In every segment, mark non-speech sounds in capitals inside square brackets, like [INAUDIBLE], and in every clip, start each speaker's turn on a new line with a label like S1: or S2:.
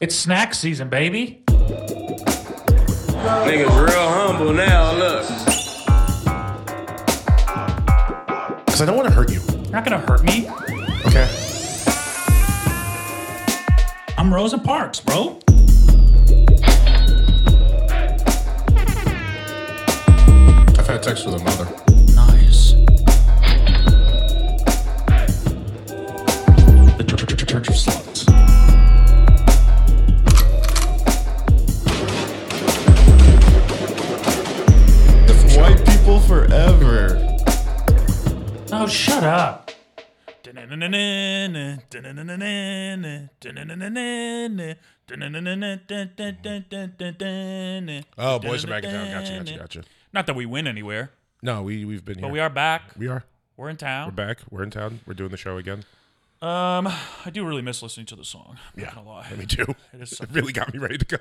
S1: It's snack season, baby.
S2: Niggas real humble now. Look.
S3: Because I don't want to hurt you.
S1: You're not gonna hurt me.
S3: Okay.
S1: I'm Rosa Parks, bro.
S3: I've had sex with a mother.
S1: Nice. The Church, church, church of Sluts.
S3: Different show.
S4: White people forever.
S1: Oh, shut up.
S3: Oh,
S5: Oh,
S3: boys are back in town. Gotcha, gotcha, gotcha.
S5: Not that we went anywhere,
S3: No, we we've been here.
S5: but we are back.
S3: We are.
S5: We're in
S3: We're
S5: town.
S3: back. We're in town. We're doing the show again.
S5: Um, I do really miss listening to the song. I'm
S3: Yeah.
S5: not gonna lie.
S3: Me too.
S5: It
S3: [LAUGHS]
S5: is
S3: It
S5: something.
S3: really got me ready to go.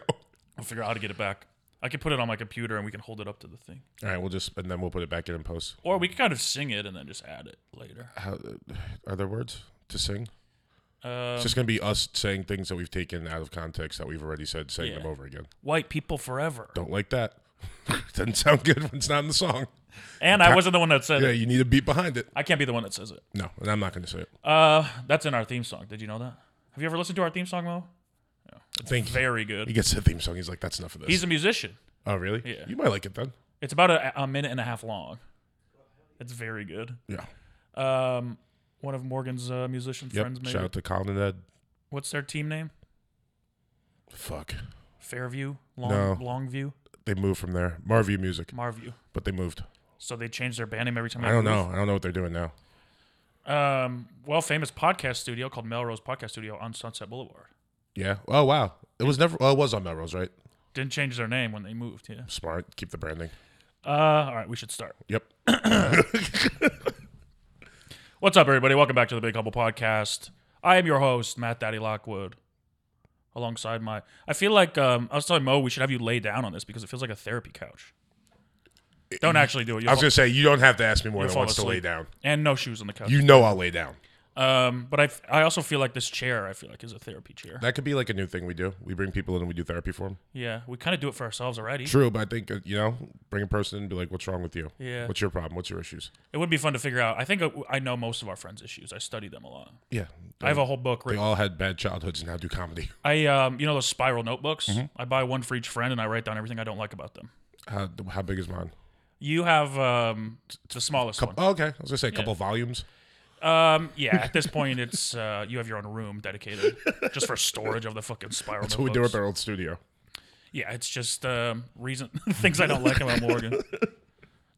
S5: I'll figure out how to get it back. I could put it on my computer and we can hold it up to the thing,
S3: All right, we'll just and then we'll put it back in and post.
S5: or we can kind of sing it and then just add it later.
S3: How, uh, are there words to sing?
S5: Um,
S3: It's just gonna be us saying things that we've taken out of context that we've already said, saying
S5: Yeah.
S3: them over again.
S5: white people forever.
S3: Don't like that. [LAUGHS] Doesn't sound good when it's not in the song.
S5: And I wasn't the one that said
S3: Yeah,
S5: it.
S3: you need a beat behind it.
S5: I can't be the one that says it.
S3: No, and I'm not gonna say it.
S5: Uh, that's in our theme song. Did you know that? Have you ever listened to our theme song, Mo?
S3: Thank you.
S5: Very
S3: He
S5: good.
S3: gets the theme song. He's like, that's enough of this.
S5: He's a musician.
S3: oh, really?
S5: Yeah.
S3: You might like it then.
S5: It's about a, a minute and a half long. It's very good.
S3: Yeah.
S5: Um, one of Morgan's uh, musician
S3: Yep.
S5: friends made
S3: Shout
S5: it.
S3: out to Colin and Ed.
S5: What's their team name?
S3: Fuck.
S5: Fairview, Long,
S3: No.
S5: Longview,
S3: They moved from there. Marview Music,
S5: Marview.
S3: but they moved.
S5: So they change their band name every time.
S3: I
S5: they
S3: don't
S5: move.
S3: know. I don't know what they're doing now.
S5: Um, well, famous podcast studio called Melrose Podcast Studio on Sunset Boulevard.
S3: Yeah. Oh wow. It was never. Well, it was on Melrose, right?
S5: Didn't change their name when they moved. Yeah.
S3: Smart. Keep the branding.
S5: Uh, all right, we should start.
S3: Yep.
S5: What's up, everybody? Welcome back to the Big Humble Podcast. I am your host, Matt Daddy Lockwood. Alongside my, I feel like um, I was telling Mo we should have you lay down on this because it feels like a therapy couch. Don't actually do it. You'll
S3: I was
S5: fall-
S3: gonna say you don't have to ask me more
S5: you'll
S3: than
S5: fall
S3: once to lay
S5: asleep.
S3: down.
S5: and no shoes on the couch.
S3: You know I'll lay down.
S5: um, but I, f- I also feel like this chair. I feel like is a therapy chair.
S3: That could be like a new thing we do. We bring people in and we do therapy for them.
S5: yeah, we kind of do it for ourselves already.
S3: True, but I think uh, you know, bring a person in and be like, "What's wrong with you?
S5: Yeah.
S3: What's your problem? What's your issues?
S5: It would be fun to figure out. I think uh, I know most of our friends' issues. I study them a lot.
S3: Yeah.
S5: I have a whole book.
S3: They
S5: Written.
S3: all had bad childhoods and now do comedy.
S5: I um, you know those spiral notebooks.
S3: Mm-hmm.
S5: I buy one for each friend, and I write down everything I don't like about them.
S3: How, how big is mine?
S5: You have um, the smallest one.
S3: Oh, okay. I was gonna say a couple volumes.
S5: Um, yeah. At this point, it's uh, you have your own room
S3: [LAUGHS]
S5: dedicated just for storage of the fucking spiral.
S3: That's what we do at
S5: notebooks.
S3: our old studio.
S5: Yeah, it's just um, reason [LAUGHS] things I don't like about
S3: [LAUGHS]
S5: Morgan.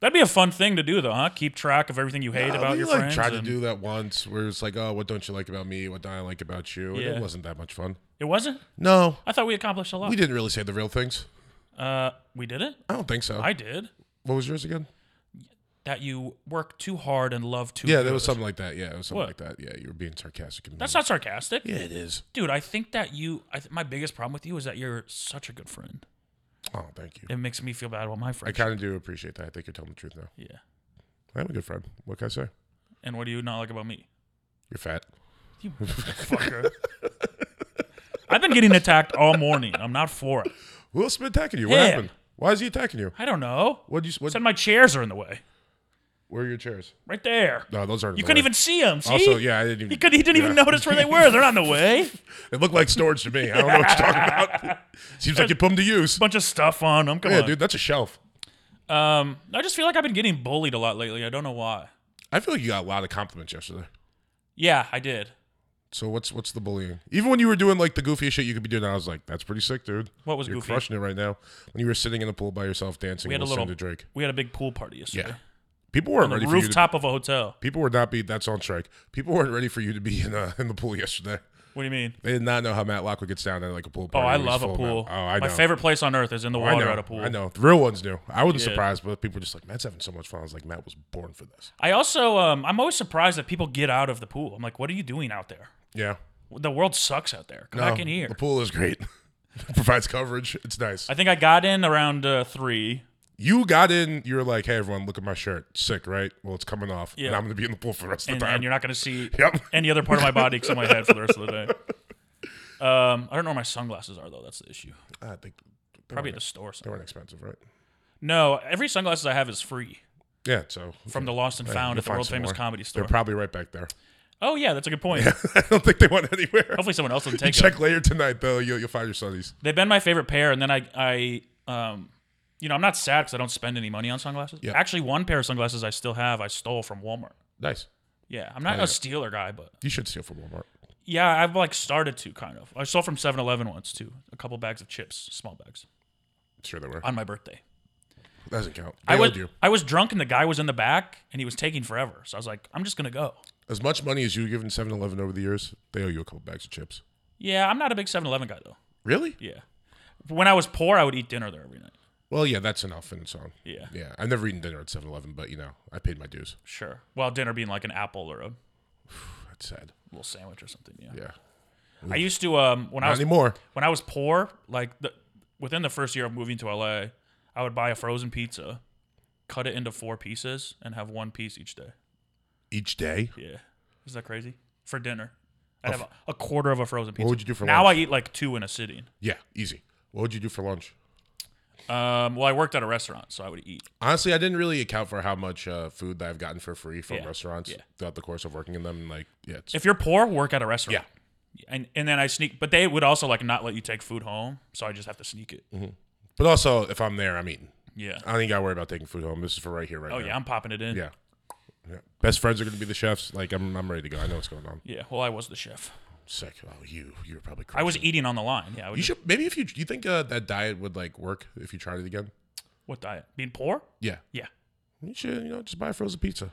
S5: That'd be a fun thing to do, though, huh? Keep track of everything you hate
S3: Uh,
S5: about
S3: we
S5: your
S3: like
S5: friends.
S3: tried to
S5: and-
S3: do that once, where it's like, "Oh, what don't you like about me? What don't I like about you?" And
S5: Yeah.
S3: It wasn't that much fun.
S5: It wasn't.
S3: No,
S5: I thought we accomplished a lot.
S3: we didn't really say the real things.
S5: Uh, we did it.
S3: I don't think so.
S5: I did.
S3: what was yours again?
S5: That you work too hard and love too.
S3: Yeah, there was
S5: good.
S3: something like that. Yeah, it was something
S5: What?
S3: like that. Yeah, you were being sarcastic. And
S5: That's not sarcastic,
S3: Yeah, it is.
S5: dude. I think that you. I th- my biggest problem with you is that you're such a good friend.
S3: Oh, thank you.
S5: It makes me feel bad about my
S3: I
S5: friends.
S3: kind of do appreciate that. I think you're telling the truth now.
S5: yeah.
S3: I am a good friend. What can I say?
S5: And what do you not like about me?
S3: You're fat.
S5: You fucker. [LAUGHS] I've been getting attacked all morning. I'm not for it.
S3: Will Smith attacking you? What
S5: Yeah.
S3: happened? Why is he attacking you?
S5: I don't know.
S3: What you? What?
S5: Said my chairs are in the way.
S3: Where are your chairs?
S5: Right there.
S3: No, those aren't.
S5: You
S3: in the
S5: couldn't
S3: way.
S5: even see them. See?
S3: Also, yeah, I didn't even.
S5: He, could, he didn't even
S3: yeah.
S5: notice where they were. They're not in the
S3: [LAUGHS]
S5: way.
S3: It looked like storage to me. I don't know what you're
S5: [LAUGHS]
S3: talking about. Seems like you put them to use.
S5: Bunch of stuff on them. Come
S3: Yeah,
S5: on.
S3: dude, that's a shelf.
S5: Um, I just feel like I've been getting bullied a lot lately. I don't know why.
S3: I feel like you got a lot of compliments yesterday.
S5: Yeah, I did.
S3: So what's what's the bullying? Even when you were doing like the goofiest shit you could be doing, I was like, "That's pretty sick, dude."
S5: What was
S3: You're
S5: goofy?
S3: crushing it right now. When you were sitting in the pool by yourself dancing,
S5: We had
S3: and
S5: a
S3: listening
S5: little
S3: to Drake.
S5: We had a big pool party yesterday.
S3: Yeah, people weren't
S5: On the
S3: ready for you. To,
S5: rooftop of a hotel.
S3: people were not be that's on strike. People weren't ready for you to be in uh, in the pool yesterday.
S5: What do you mean?
S3: They did not know how Matt Lockwood gets down at like a pool
S5: Oh,
S3: party.
S5: I
S3: when he's
S5: love a
S3: full, man.
S5: pool.
S3: Oh, I know.
S5: My
S3: Oh,
S5: favorite place on earth is in the
S3: I
S5: water
S3: know.
S5: at a pool.
S3: I know. The real ones knew. I wasn't
S5: Yeah.
S3: surprised, but people were just like Matt's having so much fun. I was like, Matt was born for this.
S5: I also, um, I'm always surprised that people get out of the pool. I'm like, what are you doing out there?
S3: Yeah.
S5: The world sucks out there. Come
S3: No,
S5: back in here.
S3: The pool is great. [LAUGHS] It provides coverage. It's nice.
S5: I think I got in around uh, three.
S3: you got in. You were like, "Hey, everyone, look at my shirt. Sick, right? Well, it's coming off,
S5: Yeah.
S3: and I'm going to be in the pool for the rest of
S5: and,
S3: the time."
S5: and you're not going to see
S3: [LAUGHS] Yep. [LAUGHS]
S5: any other part of my body except my head for the rest of the day. Um, I don't know where my sunglasses are though. That's the issue.
S3: I think Ah, they
S5: Probably at
S3: weren't-
S5: the store.
S3: they
S5: Somewhere.
S3: weren't expensive, right?
S5: No, every sunglasses I have is free
S3: Yeah. So
S5: from the Lost and
S3: Right,
S5: Found
S3: you'll
S5: at the
S3: find
S5: world
S3: some
S5: famous
S3: more.
S5: comedy store.
S3: They're probably right back there. [LAUGHS]
S5: oh yeah, that's a good point.
S3: I don't think they went anywhere.
S5: Hopefully someone else will
S3: [LAUGHS] You
S5: take them.
S3: check later tonight, though. You'll, you'll find your sunnies.
S5: They've been my favorite pair, and then I, I, um, you know, I'm not sad because I don't spend any money on sunglasses.
S3: Yeah.
S5: Actually, one pair of sunglasses I still have I stole from Walmart.
S3: Nice.
S5: Yeah, I'm not
S3: Oh, yeah.
S5: a stealer guy, but
S3: You should steal from Walmart.
S5: yeah, I've like started to kind of. I stole from 7-Eleven once too, a couple bags of chips, small bags,
S3: Sure, they were.
S5: on my birthday.
S3: Doesn't count.
S5: I
S3: They
S5: was
S3: owed you.
S5: I was drunk and the guy was in the back and he was taking forever, so I was like, I'm just gonna go.
S3: As much money as you've given 7 Eleven over the years, they owe you a couple bags of chips.
S5: Yeah, I'm not a big 7-Eleven guy though.
S3: Really?
S5: Yeah, when I was poor, I would eat dinner there every night.
S3: Well, yeah, that's enough and so on.
S5: Yeah.
S3: Yeah. I've never eaten dinner at 7 Eleven, but, you know, I paid my dues.
S5: Sure. Well, dinner being like an apple or a
S3: That's sad.
S5: little sandwich or something. Yeah.
S3: Yeah.
S5: I used to um when I
S3: Not
S5: was
S3: anymore.
S5: when I was poor, like the, within the first year of moving to LA, I would buy a frozen pizza, cut it into four pieces, and have one piece each day.
S3: Each day?
S5: Yeah, is that crazy for dinner? I'd have a, a quarter of a frozen pizza.
S3: would you do for
S5: now?
S3: lunch?
S5: I eat like two in a sitting.
S3: Yeah, easy. What would you do for lunch?
S5: Um, well, I worked at a restaurant, so I would eat.
S3: Honestly, I didn't really account for how much uh, food that I've gotten for free from
S5: Yeah,
S3: restaurants
S5: yeah.
S3: throughout the course of working in them. and, Like, yeah, it's,
S5: If you're poor, work at a restaurant.
S3: yeah,
S5: and and then I sneak, but they would also like not let you take food home, so I just have to sneak it.
S3: but also if I'm there, I'm eating.
S5: Yeah.
S3: Mm. I don't even gotta worry about taking food home. This is for right here, right
S5: Oh
S3: now.
S5: yeah, I'm popping it in.
S3: yeah, yeah. Best friends are gonna be the chefs. Like, I'm, I'm ready to go. I know what's going on.
S5: Yeah. Well, I was the chef.
S3: Sick. Oh, you, you're probably.
S5: I was
S3: crushing it.
S5: eating on the line. Yeah. I would
S3: You
S5: just-
S3: should maybe if you you think uh, that diet would like work if you tried it again.
S5: What diet? Being poor?
S3: Yeah,
S5: Yeah.
S3: you should you know just buy a frozen pizza.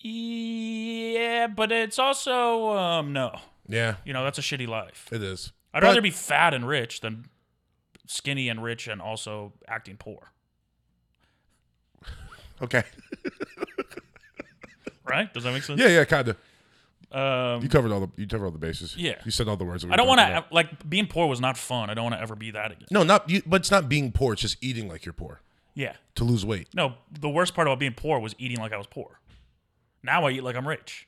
S5: Yeah, but it's also um no.
S3: Yeah,
S5: You know, that's a shitty life.
S3: it is.
S5: I'd
S3: But-
S5: rather be fat and rich than skinny and rich and also acting poor.
S3: okay.
S5: Right? Does that make sense?
S3: Yeah, yeah, kind of.
S5: Um
S3: You covered all the you covered all the bases.
S5: Yeah.
S3: you said all the words. that we
S5: I don't
S3: talked
S5: want to
S3: about.
S5: like being poor was not fun. I don't want to ever be that again.
S3: No, not you, but it's not being poor. It's just eating like you're poor
S5: Yeah.
S3: to lose weight.
S5: No, the worst part about being poor was eating like I was poor. Now I eat like I'm rich.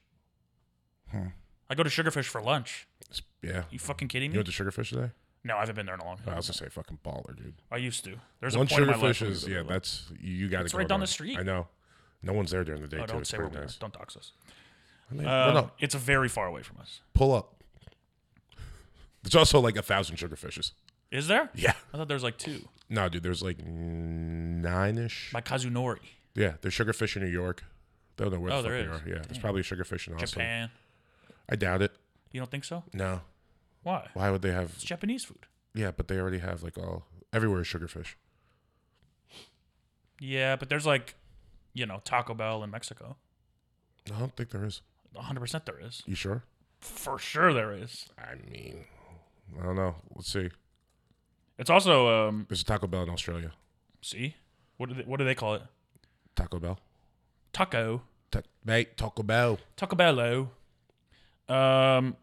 S3: Hmm.
S5: I go to Sugarfish for lunch.
S3: It's- yeah,
S5: You fucking kidding me?
S3: you went to Sugarfish today.
S5: no, I haven't been there in a long
S3: Oh, I
S5: time.
S3: was gonna say fucking baller, dude.
S5: I used to. There's
S3: One
S5: a point in my life.
S3: Sugarfish
S5: when
S3: is
S5: we
S3: yeah,
S5: go to-
S3: that's you got to.
S5: It's right down the street.
S3: I know. No one's there during the day.
S5: Oh,
S3: too.
S5: don't
S3: It's
S5: say we're
S3: pretty
S5: there.
S3: nice.
S5: Don't dox us.
S3: I mean,
S5: Um,
S3: well, no,
S5: It's very far away from us.
S3: pull up. [LAUGHS] There's also like a thousand sugarfishes.
S5: Is there?
S3: Yeah.
S5: I thought there was like two.
S3: No, dude, there's like nine ish.
S5: By Kazunori,
S3: Yeah, there's sugarfish in New York. Don't know where
S5: Oh,
S3: the
S5: there
S3: fuck
S5: is.
S3: they are. Yeah, there's probably sugarfish in Austin.
S5: Japan.
S3: I doubt it.
S5: You don't think so?
S3: No.
S5: Why?
S3: Why would they have?
S5: It's Japanese food.
S3: Yeah, but they already have like all everywhere is sugarfish.
S5: Yeah, but there's like, you know, Taco Bell in Mexico.
S3: No, I don't think there is.
S5: 100% there is.
S3: You sure?
S5: For sure there is.
S3: I mean, I don't know. Let's see.
S5: It's also um
S3: There's a Taco Bell in Australia.
S5: see? What do they, what do they call it?
S3: Taco Bell.
S5: Taco.
S3: Ta- mate, Taco Bell. [LAUGHS]
S5: Taco Bello. Um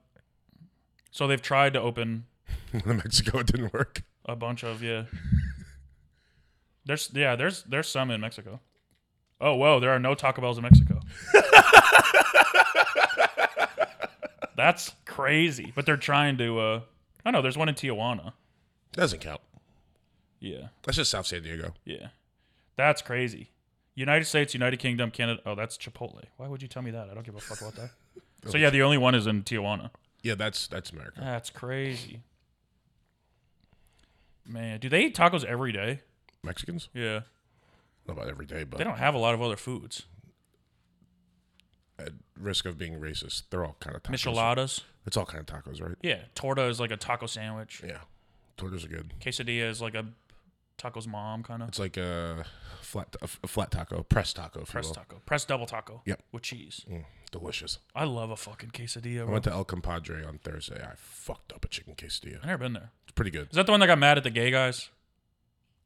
S5: so they've tried to open
S3: in Mexico, it didn't work.
S5: a bunch of [LAUGHS] yeah. There's yeah, there's there's some in Mexico. Oh whoa, there are no Taco Bells in [LAUGHS] Mexico. That's crazy. But they're trying to uh I know there's one in Tijuana.
S3: Doesn't count.
S5: Yeah.
S3: That's just South San Diego.
S5: Yeah. That's crazy. United States, United Kingdom, Canada. Oh, that's Chipotle. Why would you tell me that? I don't give a fuck [LAUGHS] about that. so yeah, the only one is in Tijuana.
S3: Yeah, that's that's America.
S5: That's crazy. Man, do they eat tacos every day?
S3: Mexicans?
S5: Yeah.
S3: Not about every day, but
S5: They don't have a lot of other foods.
S3: at risk of being racist, they're all kind of tacos.
S5: Micheladas.
S3: It's all kind of tacos, right?
S5: Yeah. Torta is like a taco sandwich.
S3: Yeah. Tortas are good.
S5: Quesadilla is like a taco's mom kind of.
S3: It's like a flat a, a flat taco, pressed taco, if
S5: Press
S3: you will.
S5: taco. Press double taco.
S3: Yep.
S5: With cheese.
S3: Mm, delicious.
S5: I love a fucking quesadilla.
S3: I
S5: Bro.
S3: went to El Compadre on Thursday. I fucked up a chicken quesadilla.
S5: I've never been there.
S3: It's pretty good.
S5: Is that the one that got mad at the gay guys?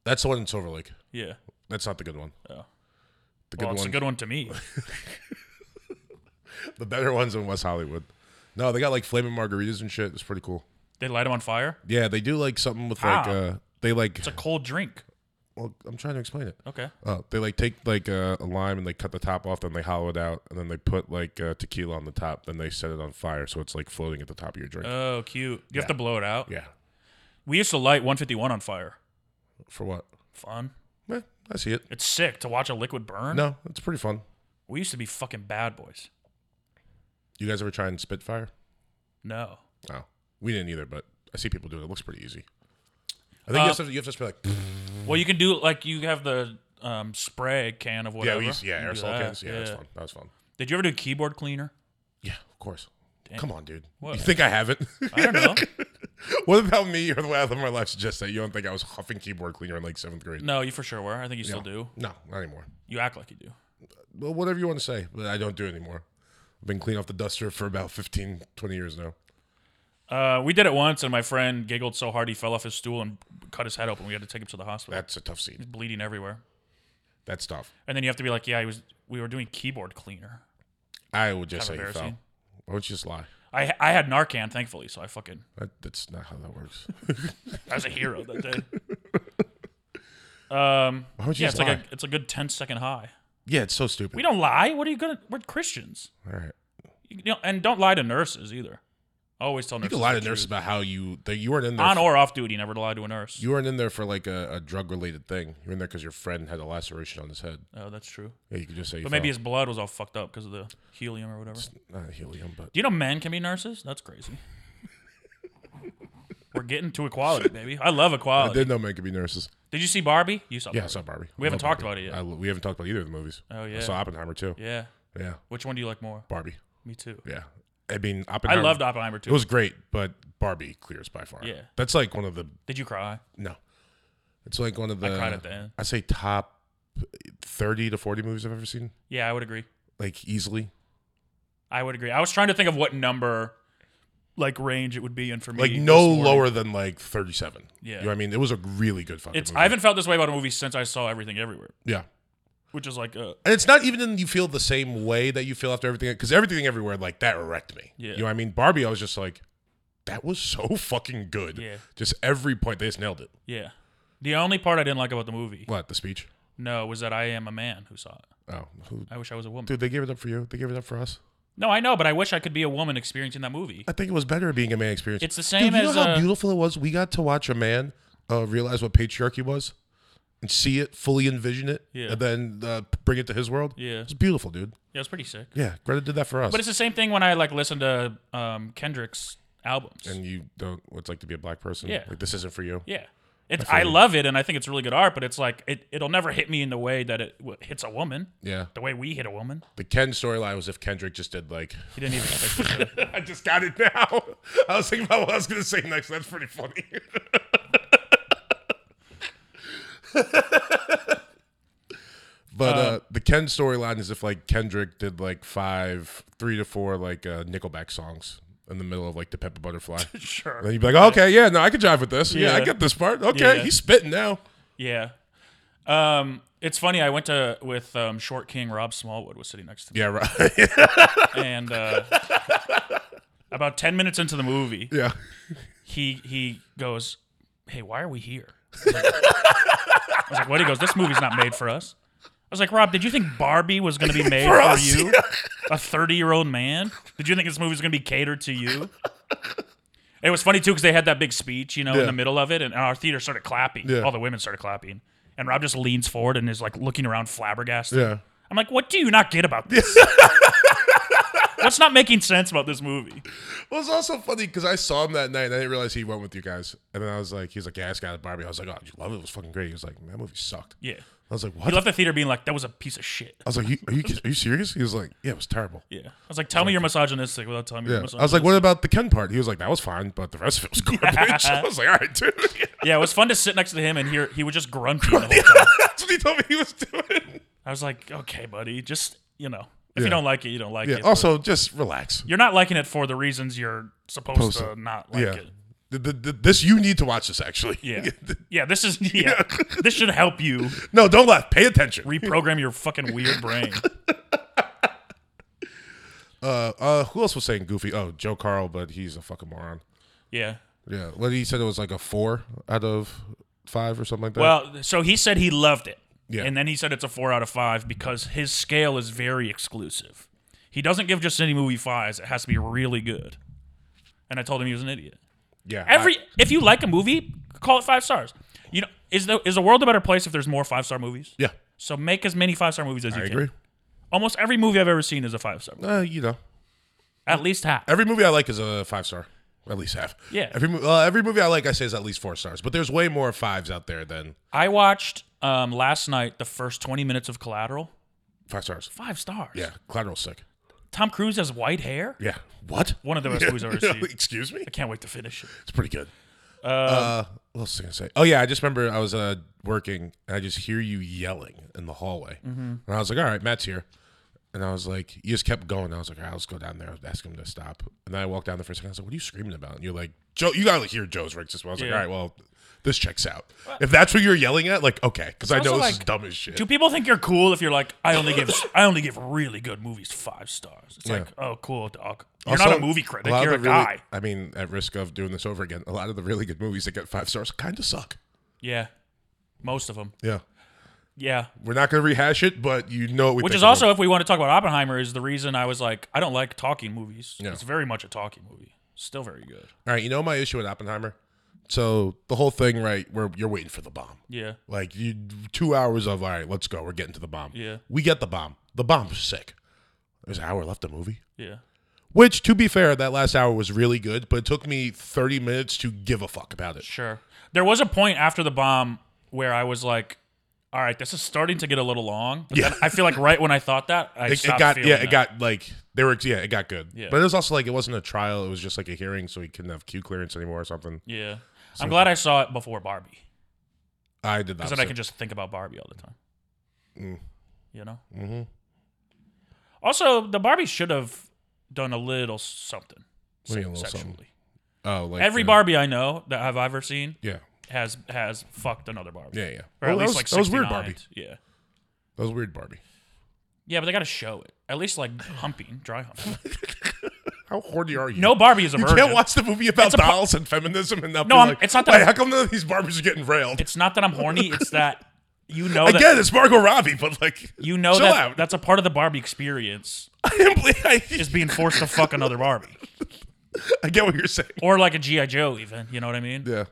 S3: That's the one in Silver Lake.
S5: Yeah.
S3: That's not the good one.
S5: Oh.
S3: The good
S5: Well, it's
S3: one.
S5: a good one to
S3: [LAUGHS]
S5: me.
S3: The better [LAUGHS] ones in West Hollywood. No, they got like flaming margaritas and shit. It's pretty cool.
S5: They light them on fire. Ah.
S3: Yeah, they do like something with like
S5: How?
S3: uh they like
S5: It's a cold drink.
S3: Well, I'm trying to explain it.
S5: Okay.
S3: Uh, they like take like uh, a lime and they cut the top off, then they hollow it out, and then they put like uh, tequila on the top. Then they set it on fire, so it's like floating at the top of your drink.
S5: Oh, cute. You have to blow it out.
S3: yeah,
S5: We used to light 151 on fire.
S3: for what?
S5: Fun.
S3: Eh, I see it.
S5: It's sick to watch a liquid burn.
S3: No, it's pretty fun.
S5: We used to be fucking bad boys.
S3: You guys ever try and spit fire?
S5: No.
S3: No, we didn't either. But I see people do it. It looks pretty easy. I think you,
S5: Uh,
S3: have to, you have to spit like
S5: Well, you can do like you have the um, spray can of
S3: yeah,
S5: whatever.
S3: we used, yeah,
S5: You can do
S3: aerosol
S5: that,
S3: cans. Yeah, that's fun. That was fun.
S5: Did you ever do keyboard cleaner?
S3: Yeah, of course. Come on, dude.
S5: What?
S3: You think I haven't?
S5: I don't know.
S3: [LAUGHS] what about me or the way I live my life suggests that you don't think I was huffing keyboard cleaner in like seventh grade?
S5: no, you for sure were. I think you still do.
S3: No, not anymore.
S5: You act like you do.
S3: Well, whatever you want to say, but I don't do it anymore. I've been clean off the duster for about 15, 20 years now.
S5: Uh, we did it once, and my friend giggled so hard he fell off his stool and cut his head open. We had to take him to the hospital.
S3: That's a tough scene.
S5: bleeding everywhere.
S3: That's tough.
S5: And then you have to be like, yeah, he was. We were doing keyboard cleaner.
S3: I would just say
S5: Kind of
S3: you fell.
S5: embarrassing.
S3: Why don't you just lie?
S5: I I had Narcan, thankfully, so I fucking
S3: That, that's not how that [LAUGHS] works.
S5: I was a hero that day.
S3: [LAUGHS]
S5: Um,
S3: Why would you
S5: yeah,
S3: just
S5: it's like a
S3: lie?
S5: it's a good 10 second high.
S3: yeah, it's so stupid.
S5: We don't lie. What are you gonna? We're Christians.
S3: All right.
S5: You know, and don't lie to nurses either. I always tell
S3: You
S5: nurses.
S3: can lie to
S5: the
S3: nurses
S5: truth.
S3: about how you that you weren't in there.
S5: on
S3: for-
S5: or off duty. Never lie to a nurse.
S3: you weren't in there for like a, a drug related thing. You were in there because your friend had a laceration on his head.
S5: oh, that's true.
S3: Yeah, you could just say. You
S5: But maybe his
S3: fell.
S5: blood was all fucked up because of the helium or whatever. Do
S3: not helium, but
S5: you know men can be nurses? That's crazy.
S3: [LAUGHS]
S5: We're getting to equality, baby. I love
S3: I
S5: equality.
S3: did know men could be nurses.
S5: Did you see Barbie? You saw.
S3: Yeah, I
S5: Barbie.
S3: saw Barbie.
S5: uh, We haven't
S3: I love
S5: talked
S3: Barbie.
S5: about it yet.
S3: I lo- we haven't talked about either of the movies.
S5: Oh, yeah.
S3: I saw Oppenheimer too.
S5: Yeah.
S3: Yeah,
S5: Which one do you like more?
S3: Barbie.
S5: Me too.
S3: Yeah, I mean
S5: I
S3: Oppenheimer.
S5: loved Oppenheimer
S3: It
S5: too.
S3: was great, but Barbie clears by far.
S5: Yeah.
S3: that's like one of the
S5: Did you cry?
S3: no. It's like one of the.
S5: cried at the end.
S3: I say top thirty to forty movies I've ever seen,
S5: Yeah, I would agree.
S3: like easily.
S5: I would agree. I was trying to think of what number, like range it would be in for me.
S3: Like
S5: this
S3: no
S5: morning.
S3: lower than like thirty-seven.
S5: Yeah.
S3: you know what I mean, it was a really good fucking.
S5: It's
S3: movie.
S5: I haven't felt this way about a movie since I saw Everything Everywhere,
S3: yeah,
S5: which is like uh,
S3: and it's not even in you feel the same way that you feel after everything because everything everywhere like that wrecked me.
S5: Yeah.
S3: you know what I mean. Barbie, I was just like, that was so [LAUGHS] fucking good.
S5: Yeah.
S3: just every point they just nailed it.
S5: yeah. The only part I didn't like about the movie,
S3: What the speech?
S5: no, was that I am a man who saw it.
S3: Oh, who,
S5: I wish I was a woman.
S3: dude, they gave it up for you. They gave it up for us.
S5: No, I know, but I wish I could be a woman experiencing that movie.
S3: I think it was better being a man experience.
S5: It's the same
S3: Dude, you
S5: as,
S3: know how
S5: uh,
S3: beautiful it was. We got to watch a man uh, realize what patriarchy was, and see it, fully envision it,
S5: Yeah.
S3: and then uh, bring it to his world.
S5: Yeah.
S3: it's beautiful, dude.
S5: Yeah, it's pretty sick.
S3: Yeah, Greta did that for us.
S5: But it's the same thing when I like listen to um, Kendrick's albums.
S3: and you don't what it's like to be a black person.
S5: Yeah.
S3: like this isn't for you.
S5: yeah, it's I, love it, and I think it's really good art. But it's like it, it'll never hit me in the way that it w- hits a woman,
S3: Yeah,
S5: the way we hit a woman.
S3: the Ken storyline was if Kendrick just
S5: [LAUGHS]
S3: did like. [LAUGHS]
S5: He didn't even expect it.
S3: I just got it now. I was thinking about what I was gonna say next. That's pretty funny. [LAUGHS] but uh, the Ken storyline is if like Kendrick did like five, three to four like uh, Nickelback songs in the middle of like the
S5: [LAUGHS]
S3: Pepper Butterfly.
S5: sure.
S3: And then you'd be like, "Oh, okay, yeah, no, I could jive with this. Yeah, I
S5: Yeah.
S3: get this part. Okay,
S5: Yeah.
S3: he's spitting now.
S5: Yeah. Um, it's funny. I went to with um, Short King Rob Smallwood was sitting next to me,
S3: [LAUGHS] Yeah, right.
S5: and uh, [LAUGHS] about ten minutes into the movie,
S3: yeah.
S5: he he goes, "Hey, why are we here?" I was like, I was like, "What?" He goes, "This movie's not made for us." I was like, "Rob, did you think Barbie was going to be made
S3: [LAUGHS] For
S5: for,
S3: us,
S5: you, a thirty-year-old man? Did you think this movie was going to be catered to you?" It was funny too because they had that big speech, you know,
S3: Yeah.
S5: in the middle of it, and our theater started clapping.
S3: Yeah.
S5: All the women started clapping, and Rob just leans forward and is like looking around, flabbergasted.
S3: Yeah.
S5: I'm like, "What do you not get about this?"
S3: [LAUGHS]
S5: What's not making sense about this movie?
S3: It was also funny because I saw him that night and I didn't realize he went with you guys. And then I was like, he's like, yeah, I just got a Barbie. I was like, oh, did you love it? It was fucking great. He was like, man, that movie sucked.
S5: Yeah.
S3: I was like,
S5: He
S3: what?
S5: left the theater being like, that was a piece of shit.
S3: I was like, you, are, you, are you serious? He was like, yeah, it was terrible.
S5: Yeah. I was like, tell me you're misogynistic without telling me
S3: Yeah.
S5: you're
S3: I was
S5: misogynistic.
S3: like, what about the Ken part? He was like, that was fine, but the rest of it [LAUGHS] was garbage. I was like, all right, dude. [LAUGHS]
S5: yeah, it was fun to sit next to him and hear he would just grunt the whole time.
S3: That's what he told me he was doing.
S5: I was like, okay, buddy, just, you know, if
S3: Yeah.
S5: you don't like it, you don't like
S3: Yeah.
S5: it. but
S3: Also, just relax.
S5: you're not liking it for the reasons you're supposed
S3: Supposed to.
S5: to not like
S3: yeah. [LAUGHS]
S5: it.
S3: The, the, the, this you need to watch this actually.
S5: Yeah. Yeah, this is, yeah. this should help you
S3: [LAUGHS] no, don't laugh. Pay attention.
S5: reprogram your fucking weird
S3: [LAUGHS]
S5: brain.
S3: uh, uh, who else was saying goofy? Oh, Joe Carl, but he's a fucking moron.
S5: Yeah.
S3: Yeah, well, he said it was like a four out of five or something like that.
S5: Well, so he said he loved it.
S3: Yeah.
S5: And then he said it's a four out of five because his scale is very exclusive. He doesn't give just any movie fives. It has to be really good. And I told him he was an idiot.
S3: yeah, I-
S5: Every if you like a movie, call it five stars. You know, is the is the world a better place if there's more five star movies?
S3: yeah,
S5: So make as many five star movies as
S3: I
S5: you
S3: agree.
S5: can. Almost every movie I've ever seen is a five star.
S3: Uh, you know,
S5: At least half.
S3: every movie I like is a five star, at least half.
S5: Yeah.
S3: every mo- uh, every movie I like, I say is at least four stars. But there's way more fives out there than
S5: I watched um, last night the first twenty minutes of Collateral.
S3: five stars.
S5: Five stars.
S3: Yeah, collateral sick.
S5: Tom Cruise has white hair.
S3: Yeah, what? [LAUGHS]
S5: One of the best movies I've ever seen.
S3: Excuse me.
S5: I can't wait to finish it.
S3: It's pretty good.
S5: Um,
S3: uh, what else was I gonna say? Oh yeah, I just remember I was uh, working and I just hear you yelling in the hallway,
S5: Mm-hmm.
S3: and I was like, "All right, Matt's here," and I was like, "You just kept going." I was like, "All right, let's go down there, ask him to stop." And then I walked down the first, and I was like, "What are you screaming about?" And you're like, "Joe, you gotta hear Joe's rigs as well." I was like,
S5: Yeah.
S3: "All right, well." This checks out. If that's what you're yelling at, like okay, because I know
S5: also
S3: this is
S5: like,
S3: dumb as shit.
S5: Do people think you're cool if you're like, I only
S3: [LAUGHS]
S5: give I only give really good movies five stars? It's like, oh, cool, dog. You're not
S3: Also,
S5: a movie critic.
S3: lot of
S5: You're a
S3: the really-
S5: guy.
S3: I mean, at risk of doing this over again, a lot of the really good movies that get five stars kind of suck.
S5: Yeah, most of them.
S3: Yeah,
S5: Yeah,
S3: we're not gonna rehash it, but you know, what we
S5: which
S3: think
S5: is
S3: of
S5: also, if we want to talk about Oppenheimer, is the reason I was like, I don't like talking movies. It's very much a talking movie. Still very good.
S3: All right, you know my issue with Oppenheimer. So the whole thing, right, where you're waiting for the bomb,
S5: Yeah,
S3: like you two hours of, all right, let's go, we're getting to the bomb.
S5: Yeah.
S3: we get the bomb. The bomb's sick. There's an hour left of the movie,
S5: yeah.
S3: which, to be fair, that last hour was really good, but it took me 30 minutes to give a fuck about it.
S5: Sure. There was a point after the bomb where I was like, all right, this is starting to get a little long. But
S3: Yeah.
S5: then I feel like right when I thought that, I
S3: It, it
S5: stopped
S3: got
S5: feeling
S3: yeah,
S5: that.
S3: it got like they were yeah, it got good.
S5: Yeah.
S3: But it was also like it wasn't a trial; it was just like a hearing, so he couldn't have Q clearance anymore or something.
S5: Yeah. I'm glad I saw it before Barbie.
S3: I did not.
S5: Because then I can just think about Barbie all the time.
S3: Mm.
S5: You know? Mm-hmm. Also, the Barbie should have done a little something
S3: What do you mean a little
S5: sexually.
S3: something? oh, like
S5: Every
S3: uh,
S5: Barbie I know that I've ever seen
S3: Yeah,
S5: has has fucked another Barbie.
S3: yeah, yeah.
S5: Or at
S3: Well, that
S5: least
S3: was-
S5: like
S3: that was
S5: 69.
S3: weird, Barbie.
S5: Yeah.
S3: That was weird, Barbie.
S5: Yeah, but they got to show it. At least like humping, dry humping.
S3: How horny are you?
S5: No Barbie is a
S3: You
S5: virgin.
S3: can't watch the movie about
S5: It's a po-
S3: dolls and feminism and not
S5: No,
S3: be
S5: I'm-
S3: like,
S5: it's not that
S3: Wait,
S5: I'm-
S3: how come none of these Barbies are getting railed?
S5: It's not that I'm horny. It's that you know that
S3: Again, it's Margot Robbie, but like,
S5: you know
S3: chill
S5: that
S3: out.
S5: that's a part of the Barbie experience
S3: [LAUGHS] I, am, I,
S5: is being forced to fuck another Barbie
S3: I get what you're saying.
S5: or like a GI Joe even. You know what I mean?
S3: Yeah,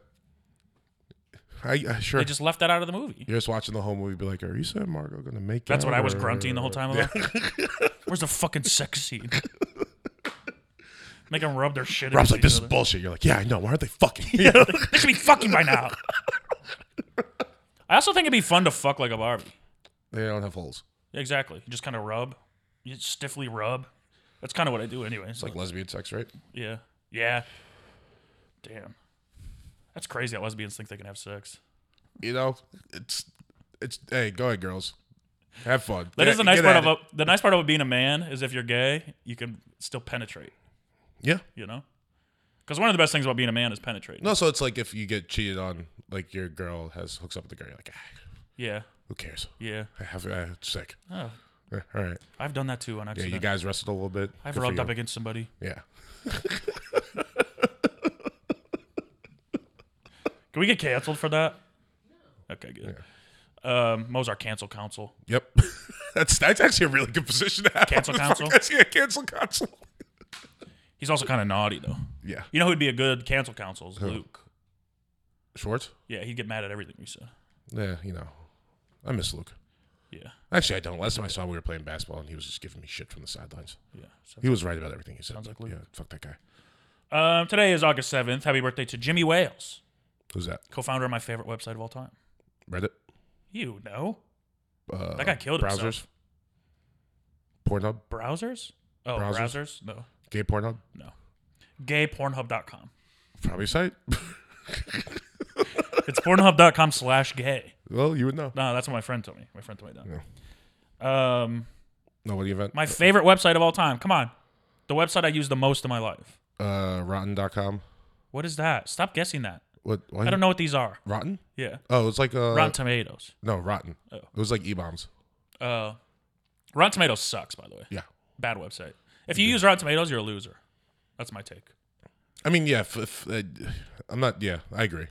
S3: I, I sure.
S5: They just left that out of the movie.
S3: you're just watching the whole movie, be like, are you saying Margot gonna make
S5: That's
S3: out
S5: what I was
S3: or-
S5: grunting the whole time about. Where's the fucking sex scene? Make them rub their shit. against
S3: Rob's like, this
S5: each
S3: is
S5: other.
S3: bullshit. You're like, yeah, I know. Why aren't
S5: [LAUGHS]
S3: they fucking? You [LAUGHS] know?
S5: They should be fucking by now. I also think it'd be fun to fuck like a Barbie.
S3: they don't have holes.
S5: Exactly. You just kind of rub. You just stiffly rub. That's kind of what I do anyway. so-
S3: Like lesbian sex, right?
S5: Yeah. Yeah. Damn. That's crazy that lesbians think they can have sex.
S3: You know, it's it's. Hey, go ahead, girls. Have fun.
S5: That
S3: Get-
S5: is the nice
S3: get
S5: part
S3: at
S5: of a, the nice part of being a man is if you're gay, you can still penetrate,
S3: it. yeah.
S5: you know? Because one of the best things about being a man is penetrating.
S3: No, so it's like if you get cheated on, like your girl has hooks up with the guy, you're like, ah,
S5: Yeah.
S3: who cares?
S5: Yeah.
S3: I have uh, sick.
S5: Oh,
S3: Yeah, All right.
S5: I've done that too on
S3: Yeah,
S5: accident.
S3: you guys wrestled a little bit.
S5: I've
S3: Good for
S5: rubbed
S3: you.
S5: up against somebody.
S3: Yeah.
S5: Can we get canceled for that? Okay, good. Um, Mo's our cancel council.
S3: Yep. [LAUGHS] that's that's actually a really good position to have. [LAUGHS]
S5: Cancel
S3: on this
S5: council?
S3: podcast. Yeah, cancel council.
S5: He's also kind of naughty though.
S3: Yeah.
S5: You know who'd be a good cancel council is Luke.
S3: Schwartz.
S5: Yeah, he'd get mad at everything we said.
S3: Yeah, you know, I miss Luke.
S5: Yeah,
S3: Actually, I don't. Last time I saw, him, we were playing basketball, and he was just giving me shit from the sidelines.
S5: yeah. So
S3: He was right about everything he said.
S5: Sounds like Luke.
S3: Yeah, fuck that guy.
S5: Um, today is August 7th. Happy birthday to Jimmy Wales,
S3: Who's that?
S5: co founder of my favorite website of all time.
S3: Reddit.
S5: You know.
S3: Uh,
S5: That guy killed
S3: browsers.
S5: himself.
S3: Pornhub.
S5: Browsers? Oh,
S3: Browsers?
S5: browsers? No,
S3: Gay Pornhub.
S5: no. Gaypornhub.com.
S3: Probably site.
S5: It's pornhub.com slash gay.
S3: well, you would know.
S5: No, that's what my friend told me. My friend told me that. Um,
S3: Nobody event.
S5: my favorite website of all time. Come on. The website I use the most in my life.
S3: uh, rotten.com.
S5: What is that? Stop guessing that.
S3: What? Why
S5: I don't know what these are.
S3: Rotten?
S5: Yeah.
S3: Oh, it's like uh,
S5: Rotten Oh. Tomatoes.
S3: no rotten. It was like e bombs.
S5: Uh, Rotten Tomatoes sucks, by the way.
S3: Yeah.
S5: Bad website. If you use Rotten Tomatoes, you're a loser. That's my take.
S3: I mean, yeah. If, if, uh, I'm not. Yeah, I agree.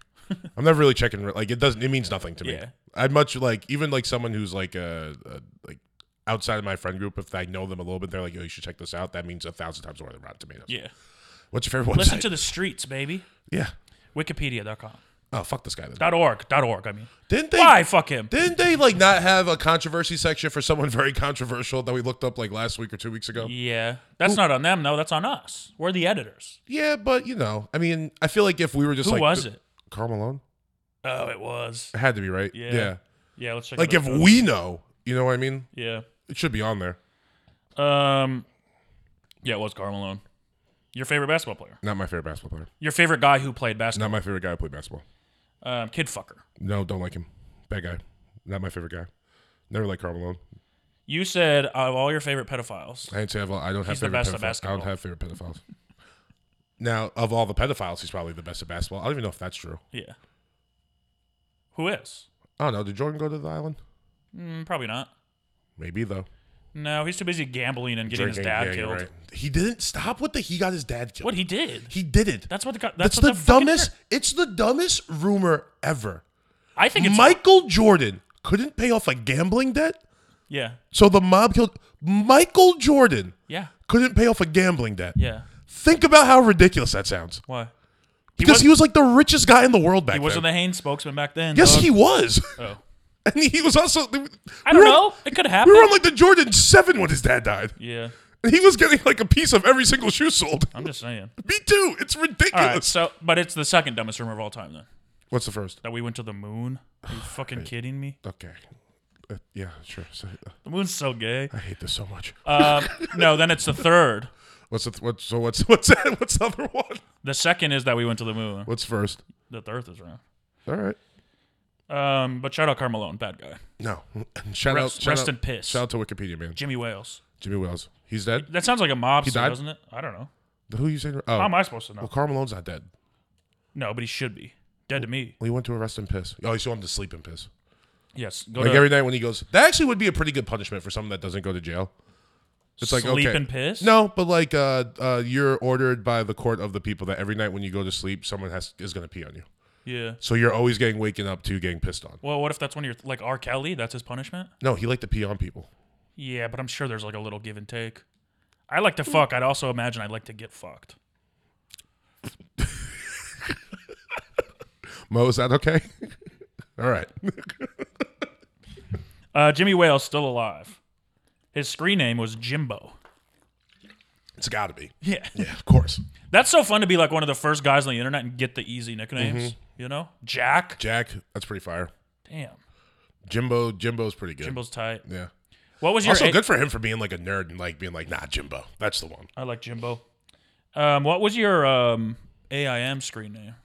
S3: I'm never really checking. re- Like it doesn't. It means nothing to me.
S5: Yeah.
S3: I'd much like even like someone who's like a, a like outside of my friend group. If I know them a little bit, they're like, "Yo, you should check this out." That means a thousand times more than Rotten Tomatoes.
S5: Yeah.
S3: What's your favorite
S5: Listen
S3: website?
S5: to the streets, baby.
S3: yeah.
S5: Wikipedia.com.
S3: Oh fuck this guy. Then.
S5: Dot org. Dot org. I mean,
S3: Didn't they?
S5: why fuck him?
S3: Didn't they like not have a controversy section for someone very controversial that we looked up like last week or two weeks ago?
S5: Yeah, that's not on them though. That's on us. We're the editors.
S3: Yeah, but you know, I mean, I feel like if we were just
S5: Who
S3: like
S5: was it?
S3: Carl Malone,
S5: Oh, it was.
S3: it had to be right.
S5: Yeah.
S3: yeah.
S5: Yeah, let's check.
S3: Like
S5: it
S3: if
S5: out.
S3: we know, you know what I mean?
S5: Yeah.
S3: It should be on there.
S5: Um. Yeah, it was Carl Malone. Your favorite basketball player.
S3: Not my favorite basketball player.
S5: Your favorite guy who played basketball.
S3: Not my favorite guy who played basketball.
S5: Um, kid fucker.
S3: No, don't like him. Bad guy. Not my favorite guy. Never liked Carl Malone.
S5: You said out of all your favorite pedophiles.
S3: I didn't say I've, I don't have
S5: He's the
S3: favorite
S5: best at
S3: pedophiles. I don't
S5: basketball.
S3: have favorite pedophiles. now, of all the pedophiles, he's probably the best at basketball. I don't even know if that's true.
S5: Yeah. Who is?
S3: I don't know. Did Jordan go to the island?
S5: Mm, probably not.
S3: Maybe though.
S5: No, he's too busy gambling and getting his
S3: Drinking,
S5: dad
S3: yeah, you're
S5: killed.
S3: right. He didn't stop with the. He got his dad killed.
S5: What he did.
S3: He did it.
S5: That's what the. co-
S3: That's
S5: That's, what
S3: the
S5: fucking-
S3: dumbest. It's the dumbest rumor ever.
S5: I think it's
S3: Michael Jordan couldn't pay off a gambling debt,
S5: Yeah.
S3: so the mob killed Michael Jordan.
S5: Yeah.
S3: Couldn't pay off a gambling debt.
S5: Yeah.
S3: Think about how ridiculous that sounds.
S5: Why?
S3: Because he was like the richest guy in the world back
S5: He wasn't
S3: then.
S5: the Haynes spokesman back then.
S3: yes,
S5: dog.
S3: he was.
S5: Oh.
S3: [LAUGHS] and he was also.
S5: I don't know. it could happen.
S3: we were on like the Jordan Seven when his dad died.
S5: yeah.
S3: And he was getting like a piece of every single shoe sold.
S5: I'm just
S3: [LAUGHS]
S5: saying.
S3: Me too. It's ridiculous.
S5: All right. So, but it's the second dumbest rumor of all time, then.
S3: What's the first?
S5: That we went to the moon. Are
S3: [SIGHS]
S5: you fucking kidding me?
S3: Okay. Uh, yeah, sure. So, uh,
S5: The moon's so gay.
S3: I hate this so much. [LAUGHS]
S5: Um, no, then it's the third.
S3: What's the th- what? So what's [LAUGHS] what's that? What's the other one?
S5: The second is that we went to the moon.
S3: What's first?
S5: The Earth is round.
S3: All right.
S5: Um, but shout out Carmelone, bad guy.
S3: No. Shout
S5: Rest-
S3: out. Shout
S5: rest
S3: out,
S5: in piss.
S3: Shout out to Wikipedia, man.
S5: Jimmy Wales.
S3: Jimmy Wells. He's dead.
S5: That sounds like a mob,
S3: died? Oh.
S5: scene, doesn't it? I don't know.
S3: Who you saying?
S5: How am
S3: Oh,
S5: I supposed to know?
S3: well, Carmelone's not dead.
S5: No, but he should be dead to me.
S3: Well, he went to arrest and piss. Oh, you saw him to sleep and piss.
S5: Yes. Go
S3: Like
S5: to
S3: every night when he goes, that actually would be a pretty good punishment for someone that doesn't go to jail. It's like
S5: sleep
S3: okay.
S5: and piss.
S3: No, but like uh, uh, you're ordered by the court of the people that every night when you go to sleep, someone has is gonna pee on you.
S5: Yeah.
S3: So you're always getting waken up to getting pissed on.
S5: Well, what if that's one of your like R. Kelly? That's his punishment.
S3: No, he liked to pee on people.
S5: Yeah, but I'm sure there's like a little give and take. I like to fuck. I'd also imagine I'd like to get fucked.
S3: Mo, is that okay? [LAUGHS] All right.
S5: Uh, Jimmy Wales still alive. His screen name was Jimbo. [LAUGHS]
S3: It's got to be.
S5: Yeah,
S3: [LAUGHS] Yeah, of course.
S5: that's so fun to be like one of the first guys on the internet and get the easy nicknames.
S3: Mm-hmm.
S5: You know, Jack.
S3: Jack, that's pretty fire.
S5: Damn,
S3: Jimbo, Jimbo's pretty good.
S5: Jimbo's tight.
S3: Yeah.
S5: What was your?
S3: Also
S5: a-
S3: good for him for being like a nerd and like being like, nah, Jimbo, that's the one.
S5: I like Jimbo. Um, what was your um AIM screen name?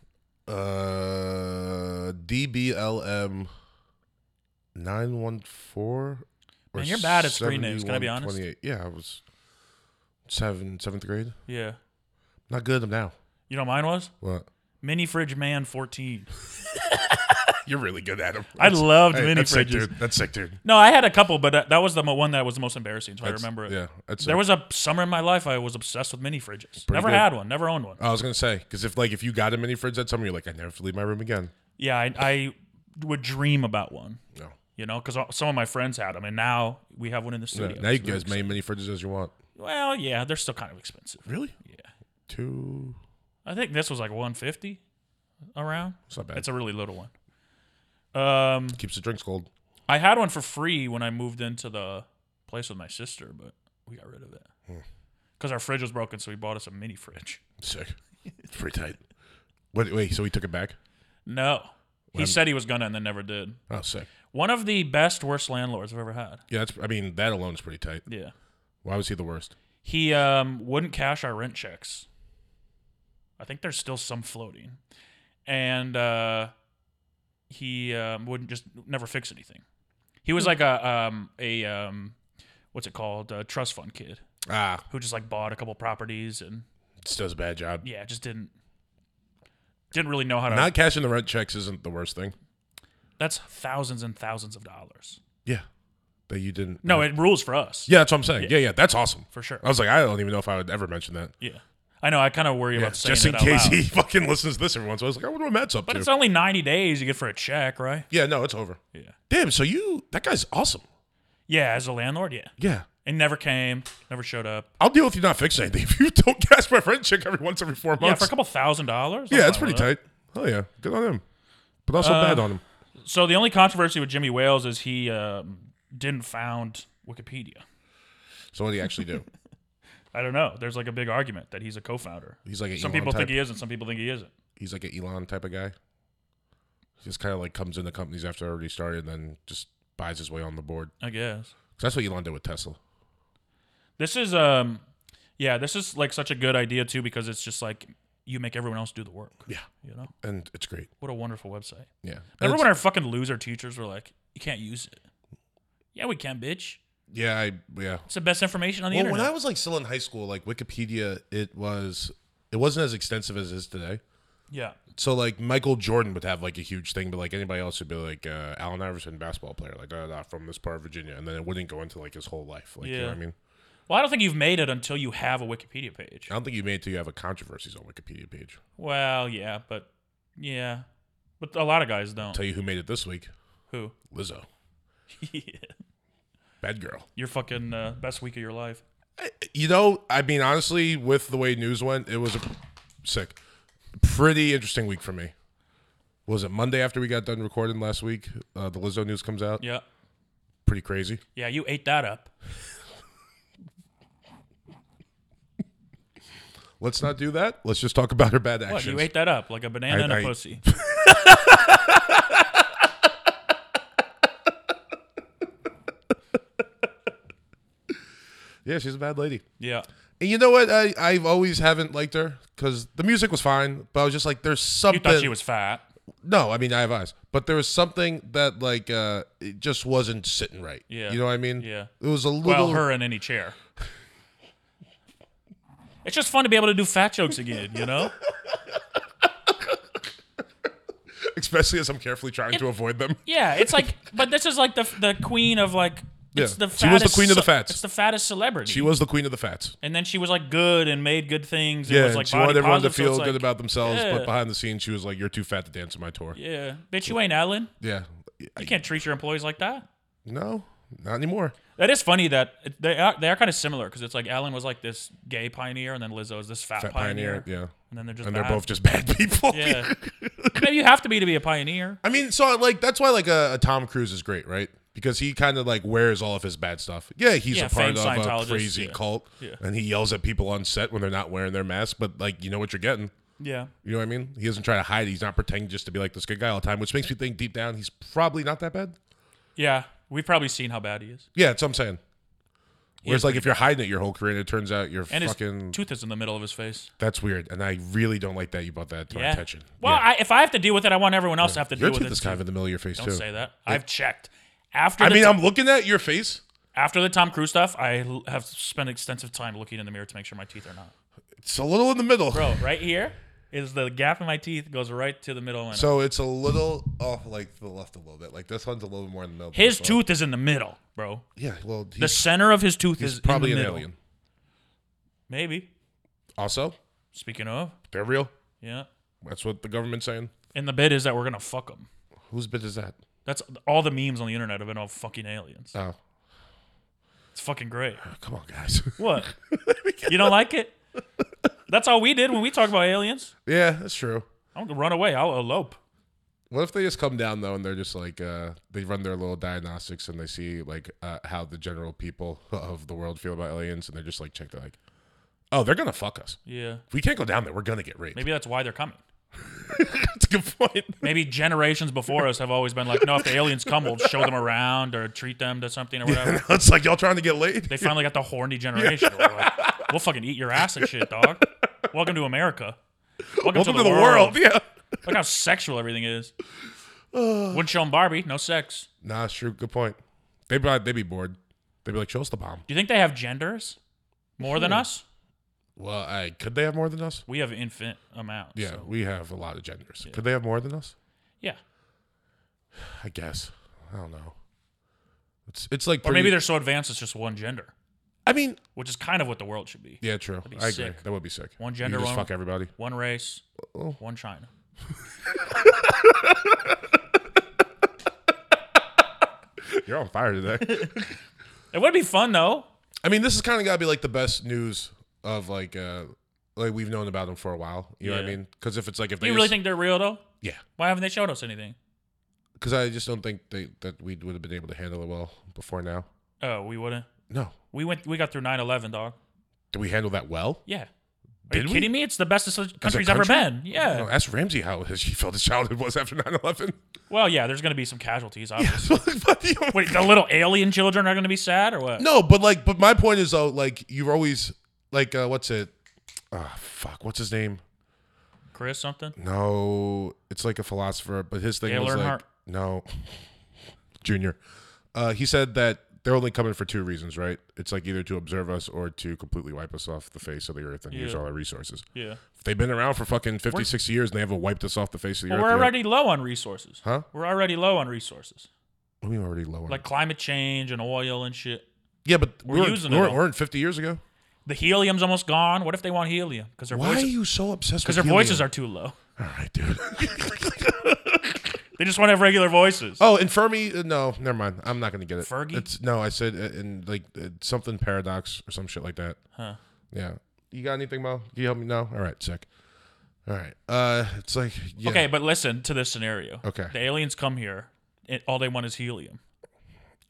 S3: Uh, DBLM nine one four.
S5: Man, you're bad at screen names, can I be honest?
S3: Yeah, I was seven seventh grade.
S5: Yeah,
S3: Not good now.
S5: you know what mine was
S3: What?
S5: Mini Fridge Man 14.
S3: [LAUGHS] You're really good at him.
S5: I loved
S3: Hey,
S5: mini
S3: that's sick,
S5: fridges.
S3: dude. That's sick, dude.
S5: No, I had a couple, but that, that was the mo- one that was the most embarrassing, so I
S3: That's-
S5: remember it.
S3: Yeah, that's
S5: There
S3: sick.
S5: was a summer in my life I was obsessed with mini fridges. never
S3: good.
S5: had one, never owned one.
S3: I was gonna say because if like if you got a mini fridge at summer, you're like, I never have to leave my room again.
S5: Yeah, I, I would dream about one,
S3: No.
S5: you know, because some of my friends had them, and now we have one in the
S3: No,
S5: studio.
S3: now you
S5: So
S3: can get as
S5: it's-
S3: many mini fridges as you want.
S5: Well, yeah, they're still kind of expensive.
S3: Really?
S5: Yeah,
S3: Two.
S5: I think this was like 150 around.
S3: It's not bad.
S5: It's a really little one. Um,
S3: Keeps the drinks cold.
S5: I had one for free when I moved into the place with my sister, but we got rid of it
S3: Hmm.
S5: because our fridge was broken, so we bought us a mini fridge.
S3: Sick. It's [LAUGHS] pretty tight. Wait, wait. So he took it back?
S5: No, he said he was gonna, and then never did.
S3: Oh, sick.
S5: One of the best worst landlords I've ever had.
S3: Yeah, that's. I mean, that alone is pretty tight.
S5: Yeah.
S3: Why was he the worst?
S5: He um, wouldn't cash our rent checks. I think there's still some floating. And uh, he um, wouldn't just never fix anything. He
S3: Hmm.
S5: was like a um, a um, what's it called? A trust fund kid
S3: Ah,
S5: who just like bought a couple properties and
S3: just does a bad job.
S5: yeah, just didn't didn't really know how to
S3: Not cashing the rent checks isn't the worst thing.
S5: That's thousands and thousands of dollars.
S3: Yeah, that you didn't.
S5: No, it rules for us.
S3: Yeah, that's what I'm saying. Yeah, yeah, that's awesome.
S5: For sure.
S3: I was like, I don't even know if I would ever mention that.
S5: Yeah. I know. I kind of worry
S3: Yeah,
S5: about saying
S3: just in
S5: it out
S3: case
S5: loud.
S3: he [LAUGHS] fucking listens to this every once in a while. I was like, I wonder what Matt's up
S5: But
S3: to.
S5: it's only 90 days you get for a check, right?
S3: yeah, no, it's over.
S5: Yeah.
S3: Damn, so you, that guy's awesome.
S5: Yeah, as a landlord, yeah.
S3: Yeah.
S5: It never came, never showed up.
S3: I'll deal with you not fixing anything [LAUGHS] if you don't cash my friend check every once every four months.
S5: Yeah, for a couple thousand dollars. I'm
S3: Yeah, it's
S5: fine
S3: pretty
S5: with
S3: tight. Oh yeah, good on him, but also bad
S5: Uh,
S3: on him.
S5: it. So the only controversy with Jimmy Wales is he um, didn't found Wikipedia.
S3: So what do you actually do?
S5: I don't know. There's like a big argument that he's a co-founder.
S3: He's like
S5: [LAUGHS]
S3: an
S5: some
S3: Elon
S5: people
S3: type.
S5: think he is, and some people think he isn't.
S3: He's like an Elon type of guy. He just kind of like comes into companies after they already started, and then just buys his way on the board.
S5: I guess
S3: 'Cause that's what Elon did with Tesla.
S5: this is um, yeah, this is like such a good idea too because it's just like you make everyone else do the work.
S3: Yeah,
S5: You know,
S3: and it's great.
S5: what a wonderful website.
S3: Yeah, And
S5: Remember
S3: it's-
S5: when our fucking loser teachers were like, "You can't use it." Yeah, we can, bitch.
S3: yeah, I yeah.
S5: It's the best information on the
S3: Well,
S5: internet.
S3: when I was like still in high school, like Wikipedia, it was it wasn't as extensive as it is today.
S5: yeah,
S3: So like Michael Jordan would have like a huge thing, but like anybody else would be like uh, Allen Iverson, basketball player, like da, da, da, from this part of Virginia, and then it wouldn't go into like his whole life. Like you know
S5: Yeah.
S3: what I mean?
S5: well, I don't think you've made it until you have a Wikipedia page.
S3: I don't think you made it till you have a controversies on Wikipedia page.
S5: Well, yeah, but yeah, but a lot of guys don't.
S3: tell you who made it this week, [LAUGHS]
S5: Who?
S3: Lizzo,
S5: yeah.
S3: bad girl.
S5: Your fucking uh, best week of your life.
S3: You know, I mean, honestly, with the way news went, it was a sick, pretty interesting week for me. Was it Monday after we got done recording last week? Uh, the Lizzo news comes out.
S5: Yeah.
S3: Pretty crazy.
S5: Yeah, you ate that up.
S3: Let's not do that. Let's just talk about her bad
S5: What?
S3: actions.
S5: You ate that up like a banana
S3: I-
S5: and a
S3: I- [LAUGHS]
S5: pussy.
S3: yeah, she's a bad lady.
S5: Yeah.
S3: And you know what? I I've always haven't liked her because the music was fine, but I was just like, there's
S5: You
S3: something.
S5: thought she was fat.
S3: No, I mean I have eyes, but there was something that like uh it just wasn't sitting right.
S5: Yeah.
S3: you know what I mean.
S5: Yeah.
S3: it was a little.
S5: Well, her in any chair. It's just fun to be able to do fat jokes again, you
S3: [LAUGHS]
S5: know?
S3: [LAUGHS] especially as I'm carefully trying to
S5: [LAUGHS]
S3: avoid them.
S5: Yeah, it's like, but this is like the the queen of like, it's
S3: Yeah.
S5: the fattest,
S3: She was the queen of the
S5: ce-
S3: fats.
S5: It's the fattest celebrity.
S3: She was the queen of the fats.
S5: and then she was like good and made good things. And
S3: Yeah,
S5: was like
S3: and she
S5: body
S3: wanted everyone to
S5: positive, so
S3: feel
S5: it's
S3: good
S5: like,
S3: about themselves,
S5: yeah.
S3: but behind the scenes, she was like, "You're too fat to dance on my tour."
S5: Yeah, bitch, you ain't Ellen.
S3: Yeah,
S5: You can't treat your employees like that.
S3: no, not anymore.
S5: That is funny that it- they are they are kind of similar because it's like Alan was like this gay pioneer and then Lizzo is this fat,
S3: Fat
S5: pioneer.
S3: pioneer. Yeah,
S5: And then they're just
S3: and they're
S5: bad.
S3: both just bad [LAUGHS] people.
S5: yeah. Maybe you have to be to be a pioneer.
S3: I mean, so like that's why like a, a Tom Cruise is great, right? Because he kind of like wears all of his bad stuff. Yeah, he's
S5: Yeah,
S3: a part
S5: famed
S3: of a
S5: Scientologist,
S3: crazy
S5: yeah.
S3: cult,
S5: Yeah.
S3: and he yells at people on set when they're not wearing their masks. But like, you know what you're getting.
S5: Yeah.
S3: You know what I mean? He doesn't try to hide. it. He's not pretending just to be like this good guy all the time, which makes me think deep down he's probably not that bad.
S5: Yeah. We've probably seen how bad he is.
S3: Yeah, that's what I'm saying. Whereas
S5: is
S3: like if you're hiding it your whole career and it turns out you're
S5: And
S3: fucking
S5: his tooth is in the middle of his face.
S3: that's weird, and I really don't like that you brought that to my
S5: Yeah.
S3: attention.
S5: Well,
S3: yeah.
S5: I, if I have to deal with it, I want everyone else to have to
S3: your
S5: deal with
S3: tooth
S5: it.
S3: is kind of
S5: too.
S3: in the middle of your face
S5: Don't
S3: too.
S5: say that. I've checked. After
S3: I
S5: the
S3: mean,
S5: t-
S3: I'm looking at your face.
S5: after the Tom Cruise stuff, I l- have spent extensive time looking in the mirror to make sure my teeth are not.
S3: It's a little in the middle.
S5: Bro, right here is the gap in my teeth goes right to the middle of my
S3: So it's a little off like to the left a little bit. Like this one's a little more in the middle.
S5: His
S3: So-
S5: tooth is in the middle, bro.
S3: Yeah, well,
S5: The
S3: he's,
S5: center of his tooth
S3: he's
S5: is
S3: probably
S5: in
S3: an
S5: the middle.
S3: alien.
S5: Maybe.
S3: Also,
S5: Speaking of,
S3: they're real.
S5: yeah.
S3: That's what the government's saying.
S5: And the bit is that we're gonna fuck them.
S3: Whose bit is that?
S5: That's all the memes on the internet have been all fucking aliens.
S3: Oh,
S5: It's fucking great.
S3: come on, guys. [LAUGHS]
S5: What? you don't like it? That's all we did when we talk about aliens.
S3: yeah, that's true.
S5: I'm gonna run away. I'll elope.
S3: What if they just come down though, and they're just like uh, they run their little diagnostics, and they see like uh, how the general people [LAUGHS] of the world feel about aliens, and they're just like check, they're like, oh, they're gonna fuck us.
S5: Yeah.
S3: If we can't go down there, we're gonna get raped.
S5: Maybe that's why they're coming.
S3: [LAUGHS] That's a good point.
S5: Maybe generations before us have always been like, no, if the aliens come, we'll show them around or treat them to something or whatever.
S3: [LAUGHS] it's like y'all trying to get laid.
S5: They finally got the horny generation. where we're like, we'll fucking eat your ass and shit, dog. Welcome to America. Welcome,
S3: Welcome to the world. [LAUGHS] Yeah.
S5: Look how sexual everything is. Wouldn't show 'em Barbie, no sex.
S3: Nah, it's true. Good point. They probably they'd be bored. They'd be like, show us the bomb.
S5: Do you think they have genders more
S3: Hmm.
S5: than us?
S3: Well, I, could they have more than us?
S5: We have infinite amounts.
S3: Yeah,
S5: so-
S3: we have a lot of genders. Could they have more than us?
S5: yeah.
S3: I guess. I don't know. It's it's like
S5: Or maybe
S3: pretty-
S5: they're so advanced it's just one gender.
S3: I mean,
S5: which is kind of what the world should be.
S3: yeah, true.
S5: be
S3: I agree.
S5: sick.
S3: That would be sick.
S5: One
S3: You
S5: gender,
S3: just
S5: one- [LAUGHS]
S3: fuck everybody.
S5: One race,
S3: Oh.
S5: one China.
S3: You're on fire today.
S5: It would be fun though.
S3: I mean, this is kind of got to be like the best news of like uh like we've known about them for a while. You know what I
S5: Yeah.
S3: mean? Because if it's like if
S5: Do
S3: they
S5: you really
S3: just-
S5: think they're real though?
S3: yeah,
S5: Why haven't they showed us anything?
S3: because I just don't think they that we would have been able to handle it well before now.
S5: Oh, we wouldn't.
S3: No,
S5: We went. We got through 9-11, dog.
S3: did we handle that well?
S5: Yeah. Are
S3: Did
S5: you
S3: we?
S5: kidding me? It's the best this country's
S3: As a
S5: ever
S3: country?
S5: been. Yeah.
S3: No, ask Ramsey how [LAUGHS] his he felt his childhood was
S5: [LAUGHS]
S3: after 9-11.
S5: Well, yeah. There's gonna be some casualties.
S3: [LAUGHS]
S5: Obviously.
S3: But, you know,
S5: [LAUGHS] Wait, the little alien children are gonna be sad or what?
S3: No, but like, but my point is though, like you've always like uh, what's it? Ah, fuck, what's his name?
S5: Chris something.
S3: No, it's like a philosopher, but his thing
S5: Dale
S3: was like
S5: Earnhardt.
S3: no, Junior. Uh, he said that they're only coming for two reasons, right? It's like either to observe us or to completely wipe us off the face of the earth and use
S5: Yeah.
S3: all our resources.
S5: Yeah.
S3: If they've been around for fucking 50, 60 years and they haven't wiped us off the face of the
S5: Well,
S3: earth.
S5: we're
S3: they're-
S5: already low on resources.
S3: Huh?
S5: We're already low on resources,
S3: we were already low. On
S5: like climate change and oil and shit.
S3: yeah, but we
S5: we're
S3: weren't,
S5: using
S3: we
S5: it
S3: weren't,
S5: all.
S3: we weren't 50 years ago.
S5: The helium's almost gone. What if they want helium? Because their
S3: Why are
S5: voices,
S3: you so obsessed
S5: because
S3: with
S5: their voices
S3: helium?
S5: are too low.
S3: All right, dude. [LAUGHS]
S5: They just want to have regular voices.
S3: Oh, and Fermi? uh, No, never mind. I'm not gonna get it.
S5: Fergie?
S3: It's no. I said uh, in like uh, something paradox or some shit like that. Huh. Yeah. You got anything, Mo? Can you help me? No. All right. Sick. All right. Uh, it's like yeah.
S5: Okay, but listen to this scenario.
S3: Okay.
S5: The aliens come here, and all they want is helium.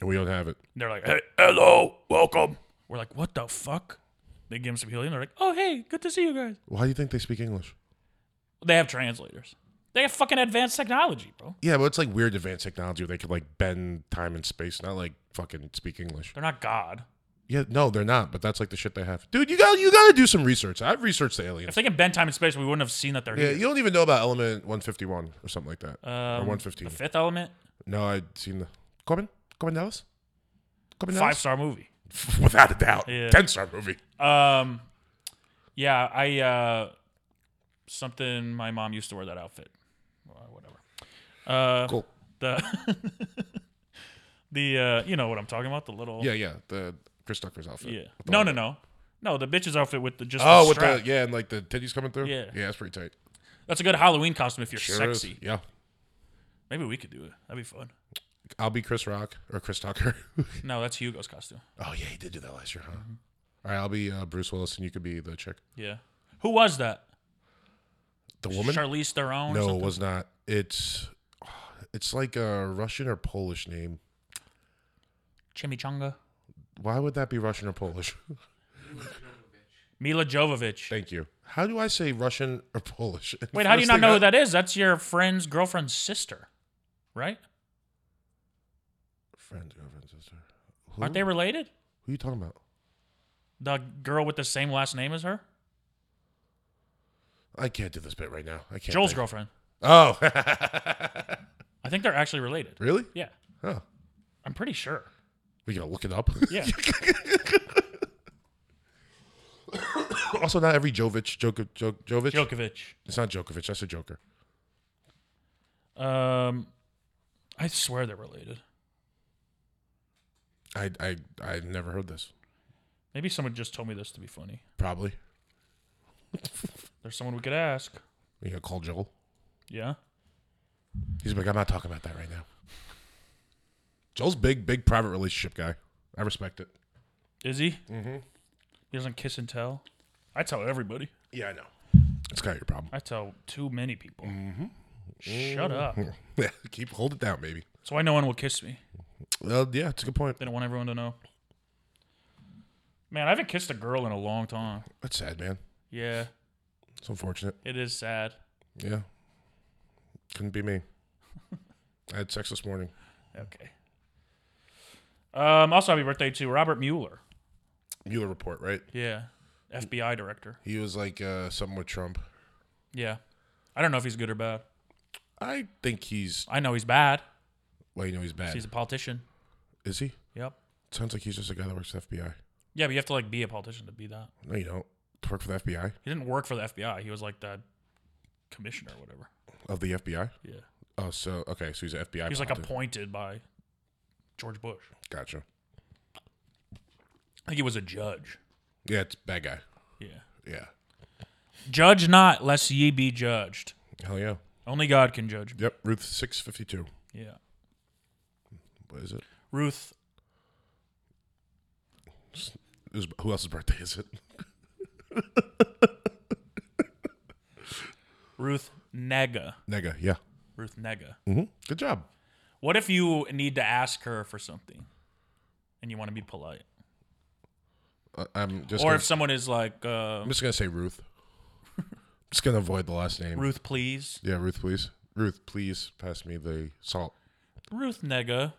S3: And we don't have it.
S5: And they're like, hey, hello, welcome. We're like, what the fuck? They give them some helium. They're like, oh, hey, good to see you guys.
S3: Why do you think they speak English?
S5: They have translators. They have fucking advanced technology, bro.
S3: Yeah, but it's like weird advanced technology where they could like bend time and space, not like fucking speak English.
S5: They're not God.
S3: Yeah, no, they're not. But that's like the shit they have, dude. You got you got to do some research. I've researched the aliens.
S5: If they can bend time and space, we wouldn't have seen that they're
S3: Yeah,
S5: here.
S3: you don't even know about Element 151 or something like that, or
S5: Um,
S3: 115.
S5: The Fifth Element,
S3: No, I'd seen the Corbin. Corbin Dallas. Corbin
S5: five star movie.
S3: star, [LAUGHS] without a doubt.
S5: Yeah.
S3: Ten star movie.
S5: Um, yeah, I uh, something. My mom used to wear that outfit. Or whatever. Uh,
S3: Cool.
S5: The [LAUGHS] the uh, you know what I'm talking about? The little
S3: Yeah, yeah. The Chris Tucker's outfit.
S5: yeah.
S3: With the
S5: No,
S3: long-
S5: no, no, no. The bitch's outfit with the just
S3: Oh,
S5: the
S3: with
S5: strap.
S3: the yeah, and like the titties coming through.
S5: Yeah.
S3: yeah, that's pretty tight.
S5: That's a good Halloween costume if you're
S3: Sure is.
S5: sexy.
S3: Yeah,
S5: Maybe we could do it. That'd be
S3: [LAUGHS]
S5: fun.
S3: I'll be Chris Rock or Chris Tucker. [LAUGHS]
S5: No, that's Hugo's costume.
S3: oh yeah, he did do that last year, huh?
S5: Mm-hmm.
S3: All right, I'll be uh, Bruce Willis, and you could be the chick,
S5: Yeah. Who was that?
S3: the woman.
S5: Charlize Theron. or
S3: no, it
S5: something?
S3: was not. It's [SIGHS] it's like a Russian or Polish name.
S5: Chimichanga.
S3: Why would that be Russian or Polish?
S5: Mila Jovovich.
S3: Thank you. How do I say Russian or Polish?
S5: Wait, how do you
S3: First
S5: not
S3: thing
S5: know
S3: I-
S5: who that is? That's your friend's girlfriend's sister, right?
S3: Friend, girlfriend, sister. Who?
S5: Aren't they related?
S3: Who you talking about?
S5: The girl with the same last name as her?
S3: I can't do this bit right now. I can't.
S5: Joel's
S3: think.
S5: girlfriend.
S3: Oh, [LAUGHS]
S5: I think they're actually related.
S3: really?
S5: Yeah.
S3: Huh.
S5: I'm pretty sure.
S3: We gotta look it up. [LAUGHS]
S5: Yeah.
S3: also, not every Jovic, Joker, jo- Jovic.
S5: Djokovic.
S3: It's not Djokovic. That's a Joker.
S5: Um I swear they're related.
S3: I I I never heard this.
S5: Maybe someone just told me this to be funny.
S3: Probably.
S5: There's someone we could ask.
S3: You gonna call Joel?
S5: Yeah.
S3: He's like, I'm not talking about that right now. Joel's big, big private relationship guy. I respect it.
S5: Is he? Mm-hmm. He doesn't kiss and tell. I tell everybody.
S3: Yeah, I know. It's kind of your problem. [LAUGHS]
S5: I tell too many people. Mm-hmm. Shut up.
S3: Yeah, keep hold it down, baby.
S5: That's why no one will kiss me.
S3: Well, yeah, it's a good point.
S5: They don't want everyone to know. Man, I haven't kissed a girl in a long time.
S3: That's sad, man.
S5: Yeah,
S3: It's unfortunate.
S5: it is sad.
S3: Yeah. Couldn't be me. [LAUGHS] I had sex this morning.
S5: Okay. Um, also, happy birthday to Robert Mueller.
S3: Mueller report, right?
S5: Yeah, FBI director.
S3: He was like uh, something with Trump.
S5: Yeah, I don't know if he's good or bad.
S3: I think he's.
S5: I know he's bad.
S3: Well, you know he's bad.
S5: He's a politician.
S3: Is he?
S5: Yep.
S3: Sounds like he's just a guy that works at the FBI.
S5: Yeah, but you have to like be a politician to be that.
S3: No, you don't. To work for the FBI
S5: He didn't work for the FBI. He was like the commissioner or whatever.
S3: of the FBI.
S5: Yeah,
S3: Oh, so okay, so he's an FBI.
S5: he was like
S3: politic-
S5: appointed by George Bush.
S3: Gotcha.
S5: I think he was a judge.
S3: Yeah, it's bad guy.
S5: Yeah.
S3: Yeah.
S5: Judge not, lest ye be judged.
S3: Hell yeah.
S5: Only God can judge.
S3: Yep. Ruth six fifty two.
S5: Yeah.
S3: What is it?
S5: Ruth.
S3: It was- who else's birthday is it? [LAUGHS]
S5: Ruth Nega.
S3: Nega. Yeah.
S5: Ruth Nega.
S3: hmm Good job.
S5: What if you need to ask her for something, and you want to be polite,
S3: I- Uh, I'm just.
S5: or
S3: Gonna,
S5: if someone is like uh,
S3: I'm just gonna say Ruth. [LAUGHS] just gonna avoid the last name.
S5: Ruth, please,
S3: Yeah, Ruth, please. Ruth, please pass me the salt.
S5: Ruth Nega,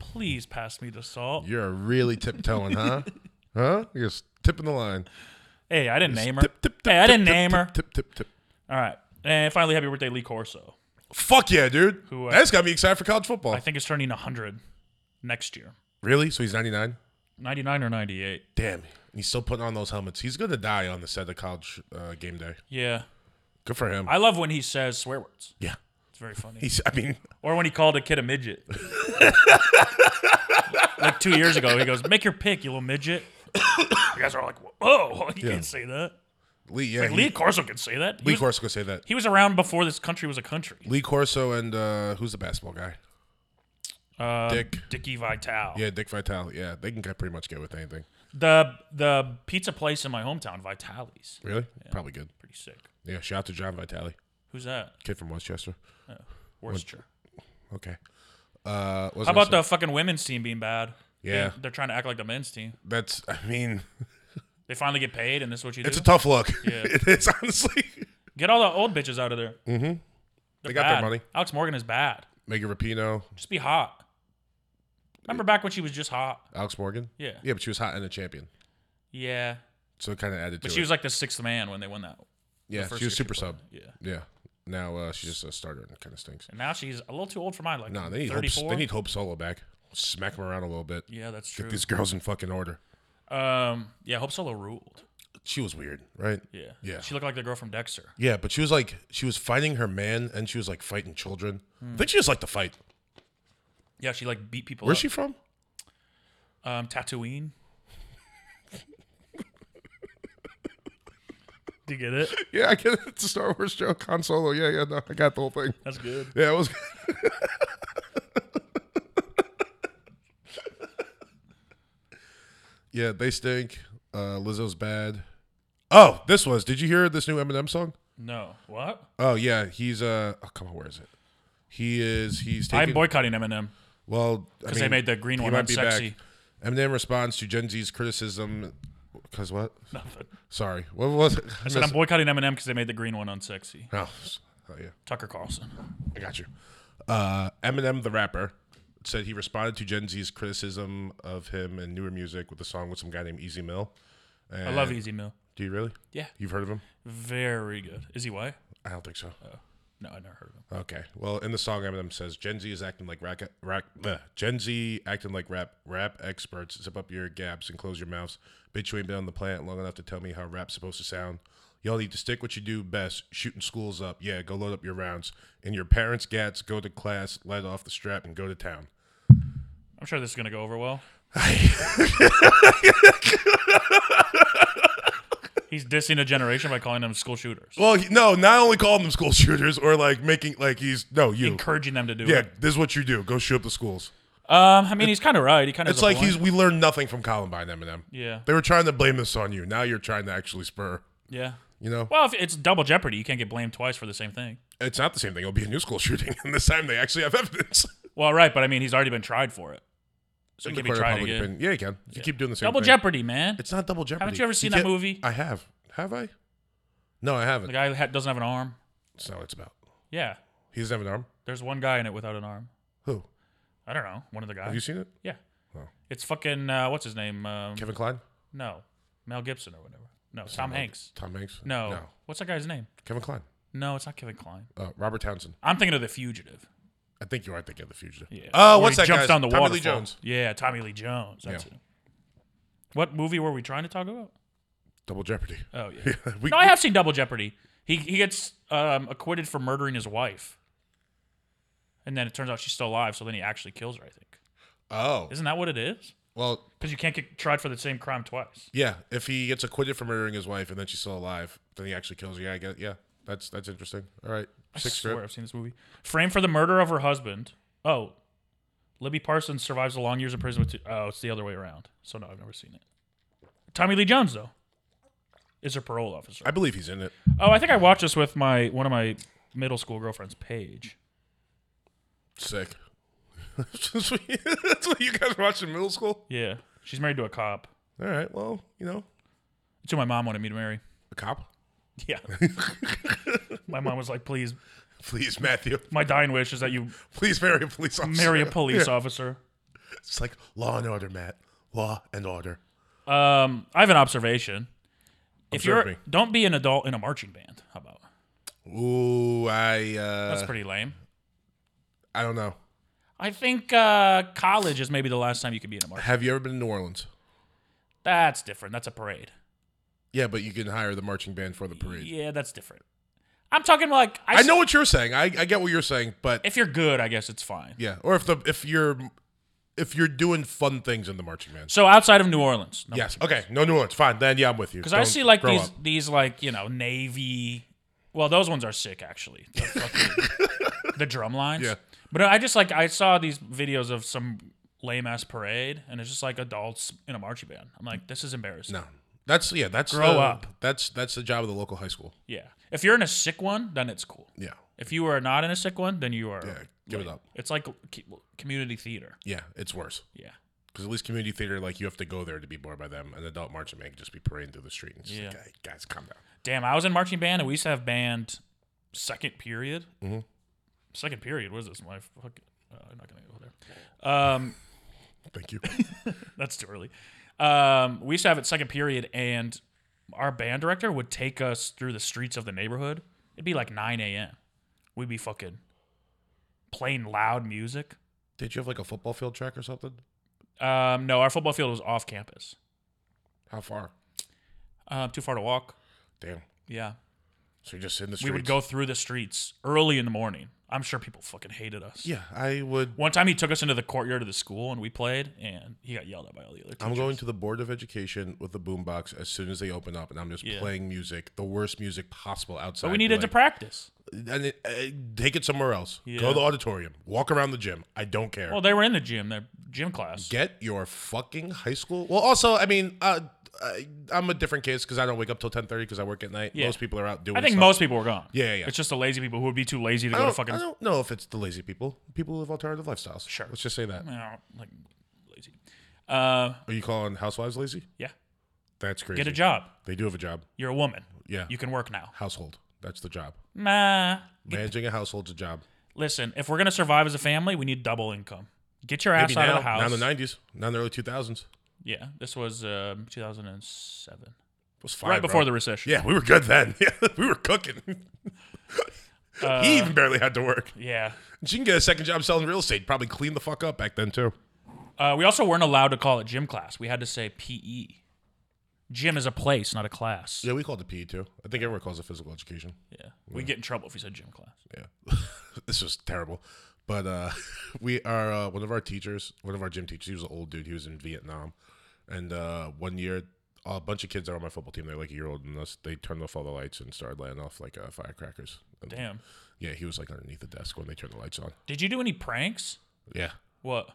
S5: please pass me the salt.
S3: You're really tiptoeing, huh? Huh? You're just tipping the line.
S5: Hey, I didn't name her.
S3: Tip, tip, tip,
S5: hey, I
S3: tip,
S5: didn't
S3: tip,
S5: name her.
S3: Tip, tip, tip, tip.
S5: All right, and finally, happy birthday, Lee Corso.
S3: Fuck yeah, dude.
S5: Who, uh,
S3: That's got me excited for college football.
S5: I think is turning hundred next year,
S3: really? So he's 99?
S5: ninety nine or ninety eight.
S3: Damn. And he's still putting on those helmets. He's going to die on the set of college uh, game day.
S5: Yeah,
S3: Good for him.
S5: I love when he says swear words.
S3: yeah.
S5: It's very funny.
S3: He's, I mean,
S5: Or when he called a kid a
S3: [LAUGHS]
S5: midget. like two years ago, he goes, "Make your pick, you little midget." [COUGHS] You guys are like, "Whoa, [LAUGHS] you can't say that."
S3: Lee, yeah. he-
S5: Lee Corso can say that. He
S3: Lee
S5: was-
S3: Corso could say that.
S5: He was around before this country was a country.
S3: Lee Corso and uh, who's the basketball guy?
S5: Uh,
S3: Dick.
S5: Dickie Vitale.
S3: Yeah, Dick Vitale. Yeah, they can pretty much get with anything.
S5: The the pizza place in my hometown, Vitale's,
S3: Really? Probably good.
S5: pretty sick.
S3: Yeah, shout out to John Vitale,
S5: Who's that?
S3: kid from Westchester.
S5: Worcester.
S3: Okay. Uh,
S5: How about the fucking women's team being bad?
S3: Yeah.
S5: They- they're trying to act like the men's team.
S3: That's, I mean,
S5: They finally get paid, and this is what you do.
S3: it's a tough look. [LAUGHS] it is, honestly.
S5: get all the old bitches out of there. Mm-hmm.
S3: They got their money.
S5: Alex Morgan is bad.
S3: Megan Rapino,
S5: Just be hot. Remember back when she was just hot?
S3: Alex Morgan.
S5: Yeah.
S3: Yeah, but she was hot and a champion.
S5: Yeah.
S3: So it kind of added to
S5: But
S3: it.
S5: she was like the sixth man when they won that.
S3: yeah,
S5: first
S3: she was
S5: year she
S3: super sub.
S5: Yeah.
S3: Yeah. Now uh, she's just a starter and kind of stinks.
S5: And now she's a little too old for mine. Like
S3: No, they need, Hope,
S5: 34.
S3: they need Hope Solo back. Smack him around a little bit.
S5: yeah, that's true.
S3: Get these girls in fucking order.
S5: Um, yeah, Hope Solo ruled.
S3: She was weird, right?
S5: Yeah.
S3: Yeah.
S5: She looked like the girl from Dexter.
S3: Yeah, but she was like, she was fighting her man and she was like fighting children.
S5: Hmm.
S3: I think she just liked to fight.
S5: Yeah, she like beat people.
S3: Where's
S5: up.
S3: she from?
S5: Um,
S3: [LAUGHS]
S5: Tatooine. Do you get it?
S3: Yeah, I get it. It's a Star Wars joke. Han Solo. Yeah, yeah, no, I got the whole thing.
S5: That's good.
S3: Yeah, it was. [LAUGHS] yeah, they stink. Uh, Lizzo's bad. Oh, this was. Did you hear this new Eminem song?
S5: No. What?
S3: Oh yeah, he's uh. Oh come on, where is it? He is. He's
S5: I'm
S3: taking.
S5: boycotting Eminem.
S3: well, because
S5: they made the green one unsexy.
S3: Eminem responds to Gen Z's criticism. Because what? Sorry, what was it?
S5: I said I'm boycotting Eminem because they made the green one unsexy.
S3: [LAUGHS] Oh, oh yeah.
S5: Tucker Carlson.
S3: I got you. Uh, Eminem, the rapper, said he responded to Gen Z's criticism of him and newer music with a song with some guy named Easy Mill.
S5: I love Easy Mill.
S3: Do you really?
S5: Yeah.
S3: You've heard of him?
S5: Very good. Is he white?
S3: I don't think so.
S5: Uh. No, I never heard of him.
S3: Okay. Well, in the song, Eminem says Gen Z is acting like rack, rack, bleh. Gen Z acting like rap rap experts. Zip up your gaps and close your mouths. Bitch, you ain't been on the planet long enough to tell me how rap's supposed to sound. Y'all need to stick what you do best, shooting schools up. Yeah, go load up your rounds. And your parents' gats, go to class, let off the strap, and go to town.
S5: I'm sure this is gonna go over
S3: [LAUGHS]
S5: well. He's dissing a generation by calling them school shooters,
S3: Well, he, no, not only calling them school [LAUGHS] shooters or like making like he's no you.
S5: encouraging them to do
S3: yeah,
S5: it.
S3: this is what you do. Go shoot up the schools.
S5: Um, I mean, he's kind of right. He kind of.
S3: It's like he's we learned nothing from Columbine, Eminem.
S5: Yeah.
S3: They were trying to blame this on you. Now you're trying to actually spur.
S5: Yeah.
S3: You know,
S5: Well, if it's double jeopardy. You can't get blamed twice for the same thing.
S3: it's not the same thing. It'll be a new school [LAUGHS] shooting, and this time they actually have evidence.
S5: Well, right, but I mean, he's already been tried for it, so he
S3: The
S5: can be
S3: court of
S5: tried
S3: public
S5: again.
S3: opinion. Yeah, you can. If You keep doing the same.
S5: Double
S3: thing.
S5: jeopardy, man.
S3: It's not double jeopardy.
S5: you ever seen that
S3: can't-
S5: movie?
S3: I have. Have I? No, I haven't.
S5: the guy ha- doesn't have an arm.
S3: That's not what it's about.
S5: Yeah.
S3: He doesn't have an arm.
S5: There's one guy in it without an arm.
S3: Who?
S5: I don't know. One of the guys.
S3: Have you seen it?
S5: yeah.
S3: Oh.
S5: It's fucking uh, what's his name? Um,
S3: Kevin Klein.
S5: No, Mel Gibson or whatever. No, Tom Hanks.
S3: Tom Hanks.
S5: No.
S3: No.
S5: what's that guy's name?
S3: Kevin Klein.
S5: No, it's not Kevin Klein.
S3: Uh, Robert Townsend.
S5: I'm thinking of the Fugitive.
S3: I think you are thinking of the fugitive.
S5: Yeah.
S3: Oh,
S5: Where
S3: what's
S5: he
S3: that
S5: Jumps
S3: guy's-
S5: down the
S3: Tommy
S5: waterfall.
S3: Lee Jones.
S5: Yeah, Tommy Lee Jones. That's
S3: Yeah.
S5: it. What movie were we trying to talk about?
S3: Double Jeopardy. [LAUGHS]
S5: Oh yeah.
S3: we,
S5: No, I have seen Double Jeopardy. He he gets um, acquitted for murdering his wife, and then it turns out she's still alive. So then he actually kills her. I think.
S3: oh,
S5: Isn't that what it is?
S3: well,
S5: Because because you can't get tried for the same crime twice.
S3: Yeah, if he gets acquitted for murdering his wife and then she's still alive, then he actually kills her. Yeah, I get. Yeah, that's that's interesting. All right,
S5: I
S3: six
S5: swear
S3: strip.
S5: I've seen this movie. Framed for the murder of her husband. Oh, Libby Parsons survives the long years in prison with two. Oh, it's the other way around. So no, I've never seen it. Tommy Lee Jones though is her parole officer.
S3: I believe he's in it.
S5: Oh, I think I watched this with my one of my middle school girlfriends, Paige.
S3: Sick. [LAUGHS] that's what you guys watched in middle school.
S5: Yeah, she's married to a cop.
S3: All right. Well, you know,
S5: It's who my mom wanted me to marry.
S3: a cop. [LAUGHS]
S5: Yeah. [LAUGHS] my mom was like, "Please,
S3: Please, Matthew.
S5: my dying wish is that you
S3: Please marry a police officer.
S5: marry
S3: [LAUGHS]
S5: a police officer."
S3: It's like law and order, Matt. Law and order.
S5: Um, I have an observation. If
S3: Observe
S5: you're
S3: me.
S5: don't be an adult in a marching band. How about
S3: Ooh, I uh,
S5: that's pretty lame.
S3: I don't know.
S5: I think uh, college is maybe the last time you could be in a marching.
S3: Have you ever been to New Orleans?
S5: That's different. That's a parade.
S3: Yeah, but you can hire the marching band for the parade.
S5: Yeah, that's different. I'm talking like I,
S3: I
S5: s-
S3: know what you're saying. I, I get what you're saying, but
S5: if you're good, I guess it's fine.
S3: yeah, or if the if you're if you're doing fun things in the marching band.
S5: So outside of New Orleans, no,
S3: Yes. Okay. No New Orleans. Fine. Then yeah, I'm with you.
S5: Because I
S3: Don't
S5: see like
S3: grow
S5: these
S3: up.
S5: these like you know navy. Well, those ones are sick actually. The, fucking- [LAUGHS] the drum lines.
S3: Yeah.
S5: But I just like I saw these videos of some lame ass parade, and it's just like adults in a marching band. I'm like, this is embarrassing.
S3: No. That's yeah. That's
S5: Grow
S3: the-
S5: up.
S3: That's that's the job of the local high school.
S5: Yeah. If you're in a sick one, then it's cool.
S3: Yeah.
S5: If you are not in a sick one, then you are.
S3: Yeah. Give it up.
S5: It's like co- community theater.
S3: Yeah. It's worse
S5: Yeah.
S3: because at least community theater, like you have to go there to be bored by them. An adult marching band can just be parading through the street and just like,
S5: Yeah.
S3: "Hey, guys, calm down.
S5: Damn, I was in marching band, and we used to have band second period. Mm-hmm. Second period. What is this? My fucking. Uh, I'm not gonna go there. Um.
S3: Thank you.
S5: That's too early. Um, we used to have it second period, and our band director would take us through the streets of the neighborhood. It'd be like 9 a.m. We'd be fucking playing loud music.
S3: [LAUGHS] Did you have like a football field track or something?
S5: Um, no, our football field was off campus.
S3: How far?
S5: Um, too far to walk.
S3: Damn.
S5: Yeah.
S3: So you're just in the
S5: We
S3: streets.
S5: would go through the streets early in the morning. I'm sure people fucking hated us.
S3: Yeah, I would.
S5: One time he took us into the courtyard of the school and we played, and he got yelled at by all the other
S3: I'm
S5: teachers.
S3: going to the Board of Education with the boombox as soon as they open up, and I'm just
S5: Yeah.
S3: playing music, the worst music possible outside.
S5: But we needed to
S3: like-
S5: practice.
S3: and it, uh, take it somewhere else. Go
S5: Yeah.
S3: to the auditorium. Walk around the gym. I don't care.
S5: Well, they were in the gym, their gym class.
S3: Get your fucking high school. Well, also, I mean, uh, I, I'm a different case because I don't wake up till 10:30 because I work at night.
S5: Yeah.
S3: Most people are out doing.
S5: I think
S3: stuff.
S5: most people were gone.
S3: Yeah, yeah, yeah.
S5: It's just the lazy people who would be too lazy to
S3: I
S5: go to
S3: don't,
S5: fucking.
S3: I don't know if it's the lazy people. People live alternative lifestyles.
S5: Sure.
S3: Let's just say that.
S5: you know, like lazy. Uh,
S3: Are you calling housewives lazy?
S5: yeah.
S3: That's crazy.
S5: Get a job.
S3: They do have a job.
S5: You're a woman.
S3: Yeah.
S5: You can work now.
S3: household. That's the job.
S5: Nah.
S3: Managing a household's a job.
S5: Listen, if we're gonna survive as a family, we need double income. Get your ass
S3: Maybe
S5: out
S3: now,
S5: of the house.
S3: now in the nineties, now in the early two thousands.
S5: yeah. This was um, 2007.
S3: Was fine,
S5: Right before
S3: bro.
S5: the recession.
S3: Yeah, we were good then. [LAUGHS] Yeah, we were cooking. [LAUGHS]
S5: Uh,
S3: he even barely had to work.
S5: Yeah.
S3: She can get a second job selling real estate. Probably clean the fuck up back then too.
S5: Uh, we also weren't allowed to call it gym class. We had to say PE. Gym is a place, not a class.
S3: Yeah, we called it PE too. I think everyone calls it physical education.
S5: Yeah. We get in trouble if we said gym class.
S3: Yeah, this was terrible. But uh, [LAUGHS] we are uh, one of our teachers, one of our gym teachers. He was an old dude. He was in Vietnam, and uh, one year, a bunch of kids that are on my football team. They're like a year older than us. They turned off all the lights and started laying off like uh, firecrackers. And,
S5: Damn.
S3: Yeah, he was like underneath the desk when they turned the lights on.
S5: Did you do any pranks?
S3: Yeah.
S5: What?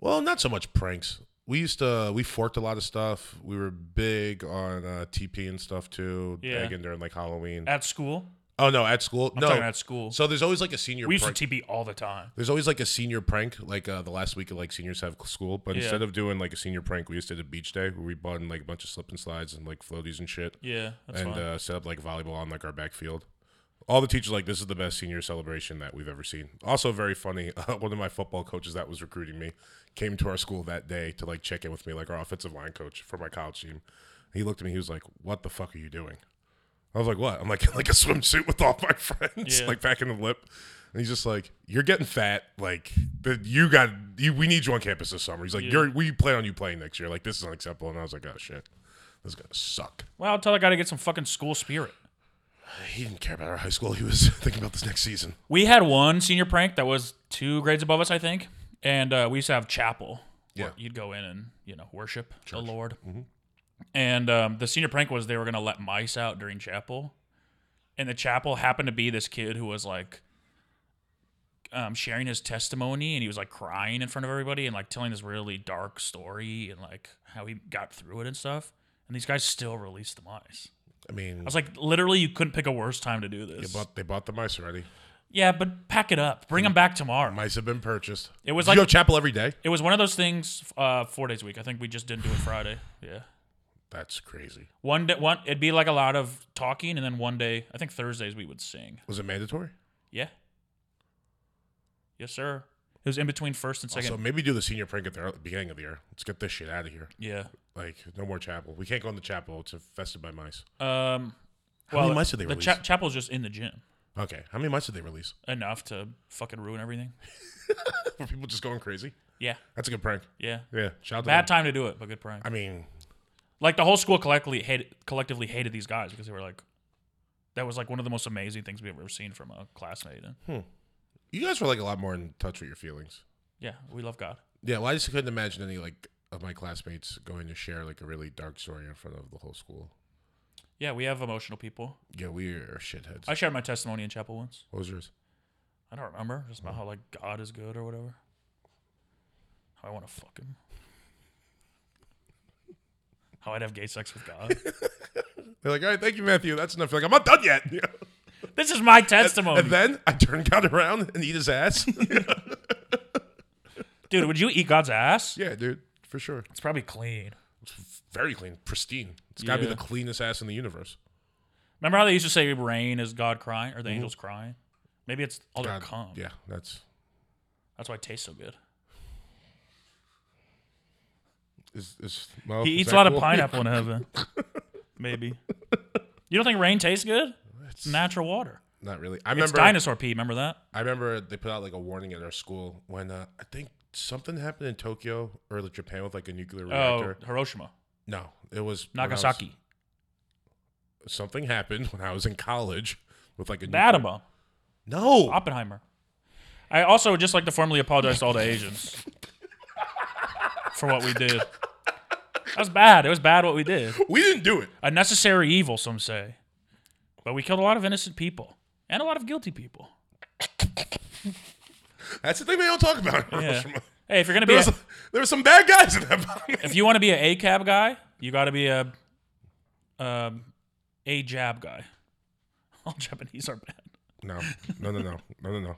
S3: Well, not so much pranks. We used to we forked a lot of stuff. We were big on uh, TP and stuff too.
S5: Yeah.
S3: Back in during like Halloween.
S5: At school?
S3: oh no, at school. no,
S5: talking at school.
S3: So there's always like a senior.
S5: We used
S3: prank.
S5: to TP all the time.
S3: there's always like a senior prank, like uh, the last week of like seniors have school. But
S5: Yeah.
S3: instead of doing like a senior prank, we used to do beach day where we bought in like a bunch of slip and slides and like floaties and shit,
S5: Yeah, that's
S3: and
S5: fine.
S3: uh, set up like volleyball on like our backfield. All the teachers like this is the best senior celebration that we've ever seen. Also very funny. [LAUGHS] Uh, one of my football coaches that was recruiting me came to our school that day to like check in with me, like our offensive line coach for my college team. He looked at me. He was like, "What the fuck are you doing?" I was like, "What?" I'm like, [LAUGHS] "Like a swimsuit with all my [LAUGHS] friends,
S5: Yeah.
S3: like back in the lip." And he's just like, "You're getting fat. Like the, you got you. We need you on campus this summer." He's like, "You're we plan on you playing next year. Like this is unacceptable." And I was like, "Oh shit, this is gonna suck."
S5: well, I'll tell that guy to get some fucking school spirit.
S3: He didn't care about our high school. He was [LAUGHS] thinking about this next season.
S5: We had one senior prank that was two grades above us, I think, and uh, we used to have chapel.
S3: Yeah.
S5: you'd go in and you know worship the Lord. And um, the senior prank was they were gonna let mice out during chapel, and the chapel happened to be this kid who was like um, sharing his testimony, and he was like crying in front of everybody and like telling this really dark story and like how he got through it and stuff. And these guys still released the mice.
S3: I mean,
S5: I was like, literally, you couldn't pick a worse time to do
S3: they
S5: this.
S3: bought, they bought the mice already.
S5: yeah, but pack it up.
S3: Hmm.
S5: Bring them back tomorrow.
S3: Mice have been purchased.
S5: It was
S3: Did
S5: like-
S3: you go to chapel every day.
S5: It was one of those things. Uh, four days a week. I think we just didn't do it Friday.
S3: [LAUGHS]
S5: Yeah,
S3: That's crazy.
S5: one day. One. It'd be like a lot of talking, and then one day. I think Thursdays we would sing.
S3: Was it mandatory?
S5: Yeah. Yes, sir. It was in between first and second.
S3: So maybe do the senior prank at the ear- beginning of the year. Let's get this shit out of here.
S5: Yeah.
S3: Like no more chapel. We can't go in the chapel. It's infested by mice.
S5: Um.
S3: How many mice did they
S5: the
S3: release?
S5: cha- chapel's just in the gym
S3: okay, how many mice did they release?
S5: enough to fucking ruin everything.
S3: Were people just going crazy?
S5: Yeah.
S3: That's a good prank.
S5: Yeah.
S3: Yeah, shout out to
S5: Bad
S3: them.
S5: time to do it, but good prank.
S3: I mean,
S5: Like the whole school collectively hated collectively hated these guys because they were like, that was like one of the most amazing things we've ever seen from a classmate. And
S3: you guys were like a lot more in touch with your feelings.
S5: yeah, we love God.
S3: Yeah, well, I just couldn't imagine any like of my classmates going to share like a really dark story in front of the whole school.
S5: Yeah, we have emotional people.
S3: Yeah, we are shitheads.
S5: I shared my testimony in chapel once.
S3: what was yours?
S5: I don't remember. Just about how like God is good or whatever. How I want to fuck him. How I'd have gay sex with God.
S3: [LAUGHS] They're like, all right, thank you, Matthew. That's enough. You're like, I'm not done yet. [LAUGHS] You know?
S5: this is my testimony,
S3: And then I turn God around and eat his ass. [LAUGHS]
S5: dude. Would you eat God's ass?
S3: yeah, dude, for sure.
S5: It's probably clean.
S3: It's very clean, pristine. It's got to
S5: Yeah.
S3: be the cleanest ass in the universe.
S5: Remember how they used to say rain is God crying or the angels crying? Maybe it's all their
S3: Mm-hmm. God,
S5: cum.
S3: yeah, that's
S5: That's why it tastes so good.
S3: is, is well,
S5: He
S3: is
S5: eats
S3: that
S5: a lot of
S3: cool?
S5: pineapple in heaven. Maybe. You don't think rain tastes good? It's natural water.
S3: [LAUGHS] Not really. I
S5: It's
S3: remember.
S5: dinosaur pee. Remember that?
S3: I remember they put out like a warning at our school when uh, I think something happened in Tokyo or like Japan with like a nuclear
S5: Oh,
S3: reactor.
S5: Hiroshima,
S3: No, it was when I was-
S5: Nagasaki,
S3: something happened when I was in college with like a
S5: the
S3: nuclear-
S5: atom bomb.
S3: No,
S5: Oppenheimer. I also would just like to formally apologize to all the Asians for what we did. That was bad. It was bad what we did.
S3: we didn't do it.
S5: A necessary evil, some say. But we killed a lot of innocent people and a lot of guilty people.
S3: That's the thing they don't talk about. [LAUGHS] in
S5: Yeah.
S3: Hiroshima.
S5: Hey, if you're gonna be,
S3: There,
S5: a,
S3: was, there were some bad guys in that bomb.
S5: if you want to be an A cab guy, you got to be a, um, a jab guy. [LAUGHS] All Japanese are bad.
S3: [LAUGHS] No, no, no, no, no, no, no.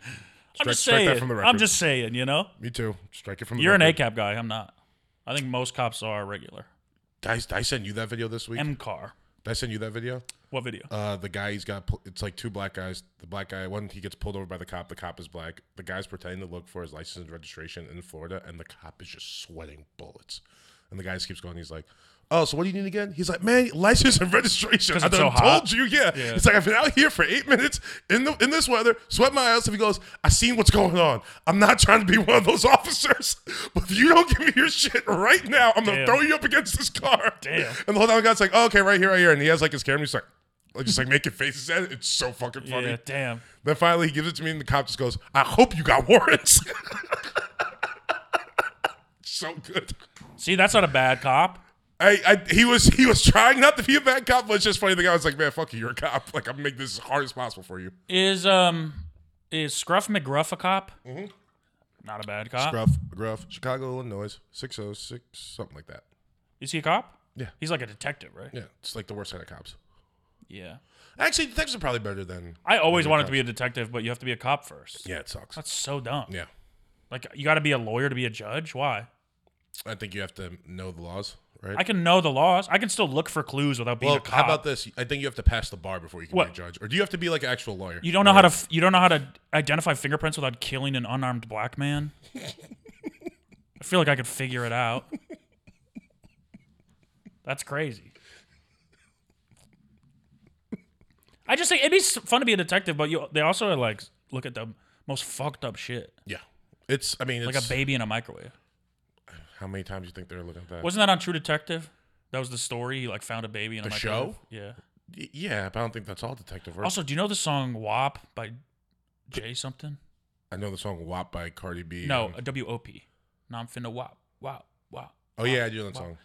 S5: I'm just
S3: strike that
S5: saying.
S3: from the
S5: I'm
S3: record.
S5: just saying. You know,
S3: Me too. Strike it from the
S5: you're an A
S3: record.
S5: cab guy. I'm not. I think most cops are regular.
S3: Did I, did I send you that video this week?
S5: M car.
S3: did I send you that video?
S5: What video?
S3: Uh, the guy he's got. pu- It's like two black guys. The black guy, one he gets pulled over by the cop. The cop is black. The guy's pretending to look for his license and registration in Florida, and the cop is just sweating bullets. And the guy just keeps going. He's like, "Oh, so what do you need again?" He's like, "Man, license and registration." I
S5: it's
S3: done
S5: so hot?
S3: told you, yeah. He's like, "I've been out here for eight minutes in the in this weather, sweat my ass." If he goes, "I seen what's going on. I'm not trying to be one of those [LAUGHS] officers, but if you don't give me your shit right now, I'm gonna
S5: Damn.
S3: throw you up against this car."
S5: Damn.
S3: And the whole time, the guy's like, oh, "Okay, right here, right here," and he has like his camera. He's like, like just like making faces at it. It's so fucking funny.
S5: Yeah, damn.
S3: Then finally, he gives it to me, and the cop just goes, "I hope you got warrants." [LAUGHS] so good.
S5: See, that's not a bad cop.
S3: I, I he was he was trying not to be a bad cop, but it's just funny. The guy was like, "Man, fuck you, you're a cop. Like I'm gonna make this as hard as possible for you."
S5: Is um is Scruff McGruff a cop? Mm-hmm. Not a bad cop.
S3: Gruff, gruff, Chicago, Illinois, six oh six, something like that.
S5: Is he a cop?
S3: Yeah.
S5: He's like a detective, right?
S3: Yeah, it's like the worst kind of cops.
S5: Yeah.
S3: Actually, detectives are probably better than.
S5: I always
S3: than
S5: wanted to
S3: cops.
S5: be a detective, but you have to be a cop first.
S3: Yeah, it sucks.
S5: That's so dumb.
S3: Yeah,
S5: Like you got to be a lawyer to be a judge. Why?
S3: I think you have to know the laws, right?
S5: I can know the laws. I can still look for clues without being
S3: Well,
S5: a cop.
S3: how about this? I think you have to pass the bar before you can
S5: What?
S3: be a judge, or do you have to be like an actual lawyer?
S5: you don't know how to f- you don't know how to identify fingerprints without killing an unarmed black
S3: [LAUGHS]
S5: man. I feel like I could figure it out. That's crazy. I just think it'd be s- fun to be a detective, but you they also like look at the most fucked up shit,
S3: Yeah, it's. I mean, it's,
S5: like a baby in a microwave.
S3: How many times do you think they're looking at that?
S5: Wasn't that on True Detective? That was the story. He like found a baby in a
S3: The
S5: microwave.
S3: show?
S5: Yeah.
S3: Y- yeah, but I don't think that's all detective work.
S5: Also, do you know the song "WAP" by Jay something?
S3: I know the song "WAP" by Cardi B.
S5: No,
S3: and-
S5: a WOP. Now I'm finna wop, wop, Wow.
S3: Oh yeah, I do know that song.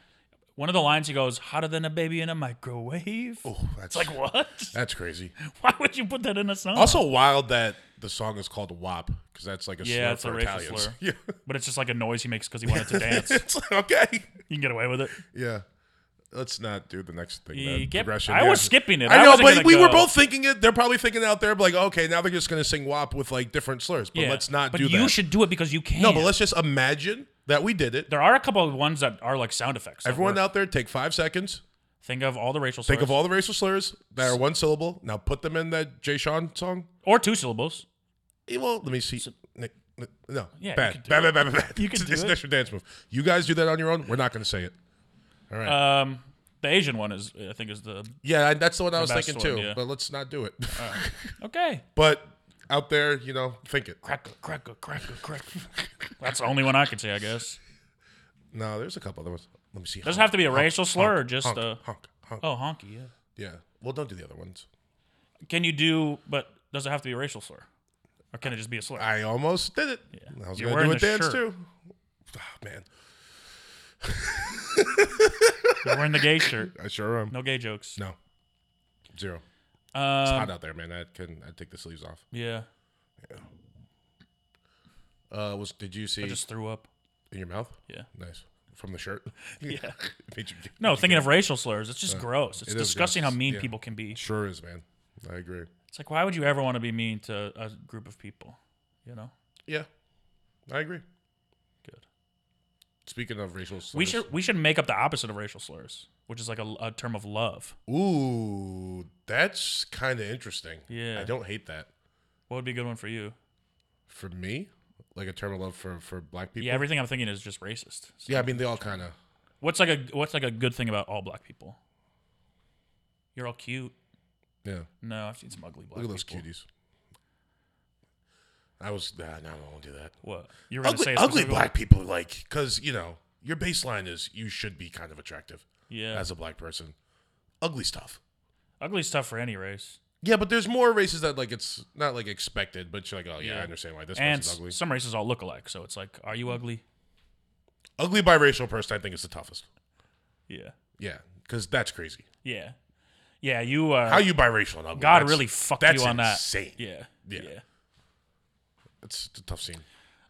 S5: One of the lines he goes, hotter than a baby in a microwave.
S3: Oh, that's
S5: It's like,
S3: [LAUGHS]
S5: what? [GASPS]
S3: that's crazy.
S5: Why would you put that in a song?
S3: Also wild that the song is called WAP because that's like a
S5: Yeah,
S3: slur
S5: it's a
S3: for
S5: racial
S3: Italians.
S5: slur.
S3: [LAUGHS] Yeah,
S5: but it's just like a noise he makes because he wanted to dance. You
S3: [LAUGHS] it's like, okay.
S5: can get away with it.
S3: Yeah. Let's not do the next thing.
S5: You
S3: That
S5: get-
S3: progression.
S5: I
S3: yeah.
S5: was skipping it.
S3: I
S5: I
S3: know,
S5: wasn't
S3: but
S5: gonna
S3: we were
S5: go.
S3: both thinking it. They're probably thinking out there, like, okay, now they're just going to sing WAP with like different slurs. But
S5: Yeah.
S3: let's not
S5: but
S3: do
S5: you
S3: that.
S5: should do it because you can.
S3: no, but let's just imagine that we did it.
S5: There are a couple of ones that are like sound effects. that
S3: Everyone
S5: work.
S3: out there, take five seconds.
S5: think of all the racial.
S3: Think
S5: slurs.
S3: of all the racial slurs that are one syllable. Now put them in that Jay Sean song.
S5: or two syllables.
S3: Eh, Well, let me see. Nick, Nick, No,
S5: Yeah, you
S3: bad.
S5: can do
S3: bad, bad, bad, bad, bad.
S5: You can do
S3: it's an
S5: it.
S3: extra dance move. You guys do that on your own. We're not going to say it.
S5: Um, the Asian one is, I think, is the
S3: Yeah, I- that's the one I was
S5: best
S3: thinking
S5: one,
S3: too.
S5: yeah.
S3: But let's not do it. [LAUGHS]
S5: okay.
S3: but out there, you know, think it.
S5: Crackle, crackle, crackle, crackle.
S3: [LAUGHS]
S5: That's the only one I can say, I guess.
S3: No, there's a couple other ones. Let me see.
S5: Doesn't
S3: Honk,
S5: have to be a
S3: honk,
S5: racial slur,
S3: honk,
S5: just
S3: honk,
S5: a-
S3: honk, honk.
S5: Oh, honky. Yeah.
S3: Yeah. Well, don't do the other ones.
S5: Can you do? But does it have to be a racial slur, or can it just be a slur?
S3: I almost did it. I was
S5: You're wearing
S3: going to do a
S5: the
S3: dance
S5: shirt.
S3: too. Ah, man,
S5: You're wearing the gay shirt.
S3: I sure am.
S5: No gay jokes.
S3: No, zero.
S5: Um,
S3: Hot out there, man. I can. I take the sleeves off.
S5: yeah.
S3: Uh, was did you see
S5: I just threw up.
S3: in your mouth?
S5: Yeah.
S3: Nice from the shirt. [LAUGHS]
S5: [LAUGHS] Yeah.
S3: Made you-
S5: No, thinking of racial slurs, it's just gross. It's
S3: Uh, it is
S5: disgusting
S3: gross.
S5: how mean
S3: Yeah.
S5: people can be.
S3: sure is, man. I agree.
S5: It's like, why would you ever want to be mean to a group of people? You know.
S3: Yeah, I agree.
S5: Good.
S3: Speaking of racial slurs,
S5: We should we should make up the opposite of racial slurs, which is like a, a term of love.
S3: Ooh, that's kind of interesting.
S5: Yeah.
S3: I don't hate that.
S5: What would be a good one for you?
S3: For me, like a term of love for for black people.
S5: Yeah, everything I'm thinking is just racist. So
S3: Yeah, I mean they all kind of.
S5: What's like a what's like a good thing about all black people? You're all cute.
S3: Yeah.
S5: No, I've seen some ugly black
S3: Look at those
S5: people.
S3: cuties. I was nah, no, I won't do that.
S5: What you're gonna say?
S3: Ugly,
S5: a
S3: ugly
S5: specific-
S3: black people like because you know your baseline is you should be kind of attractive
S5: Yeah,
S3: as a black person. Ugly stuff.
S5: ugly's tough for any race.
S3: Yeah, but there's more races that like it's not like expected, but you're like, oh yeah, I
S5: Yeah.
S3: understand why this
S5: and
S3: person's
S5: s-
S3: ugly. Mm-hmm.
S5: some races all look alike, so it's like, are you ugly?
S3: ugly biracial person, I think is the toughest.
S5: Yeah,
S3: Yeah, because that's crazy.
S5: yeah, yeah. You are.
S3: How you biracial and ugly?
S5: God
S3: That's-
S5: really fucked
S3: that's
S5: you on that.
S3: insane.
S5: Yeah,
S3: Yeah.
S5: yeah,
S3: It's a tough scene.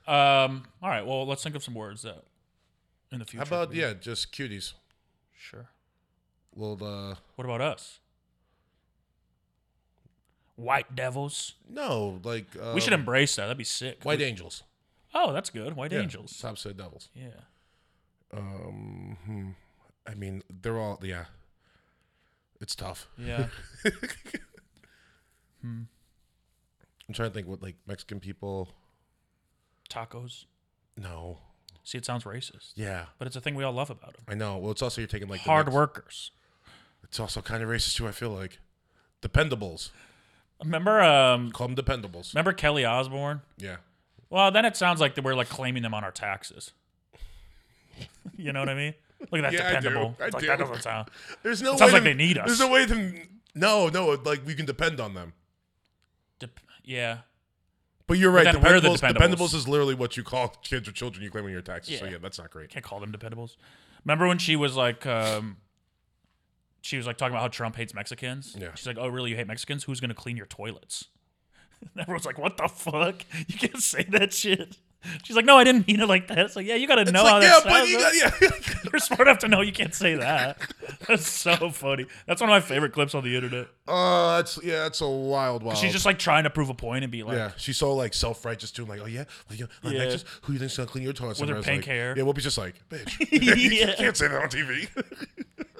S5: Um. All right. Well, let's think of some words that in the
S3: How
S5: future.
S3: about
S5: we-
S3: yeah, just cuties.
S5: Sure.
S3: Well, uh,
S5: What about us? White devils.
S3: no, like uh,
S5: we should embrace that. That'd be sick.
S3: white angels.
S5: Oh, that's good. White
S3: Yeah,
S5: angels.
S3: Topside devils.
S5: Yeah.
S3: Um, hmm. I mean, they're all yeah. It's tough.
S5: Yeah. [LAUGHS]
S3: I'm trying to think what like Mexican people.
S5: Tacos.
S3: No.
S5: See, it sounds racist,
S3: Yeah,
S5: but it's a thing we all love about them.
S3: I know. Well, it's also you're taking like the
S5: Hard
S3: next-
S5: workers.
S3: It's also kind of racist too. I feel like dependables.
S5: Remember, um,
S3: Call them dependables.
S5: remember Kelly Osborne?
S3: Yeah.
S5: Well, then it sounds like that we're like claiming them on our taxes. [LAUGHS] you know what I mean? Look at that
S3: Yeah, I do.
S5: dependable.
S3: I
S5: It's like that
S3: do.
S5: doesn't sound.
S3: There's no.
S5: Sounds
S3: way
S5: like
S3: to-
S5: they need us.
S3: There's no way to. No, no. Like we can depend on them.
S5: Dep- yeah.
S3: But you're right.
S5: then we're the
S3: Dependables,
S5: dependables.
S3: dependables is literally what you call kids or children you claim on your taxes. So
S5: Yeah.
S3: yeah, that's not great.
S5: Can't call them dependables. Remember when she was like, um, she was like talking about how Trump hates Mexicans?
S3: Yeah.
S5: She's like, oh, really? You hate Mexicans? Who's going to clean your toilets? [LAUGHS] And everyone's like, what the fuck? You can't say that shit. She's like, no, I didn't mean it like that. It's like, yeah, you got to know
S3: It's
S5: how
S3: like, yeah,
S5: that
S3: but
S5: sounds.
S3: you
S5: huh?
S3: got yeah. [LAUGHS]
S5: [LAUGHS] You're smart enough to know you can't say that. That's so funny. That's one of my favorite clips on the internet.
S3: Oh, that's yeah. That's a wild, wild.
S5: She's just like trying to prove a point and be like,
S3: yeah. She's so like self righteous too. like, oh yeah, like, you know,
S5: Yeah.
S3: Alexis, who you think's gonna clean your toilets?
S5: With her
S3: And I was
S5: pink
S3: like,
S5: hair.
S3: Yeah, Whoopi's just like,
S5: [LAUGHS]
S3: bitch. you [LAUGHS]
S5: Yeah.
S3: can't say that on TV.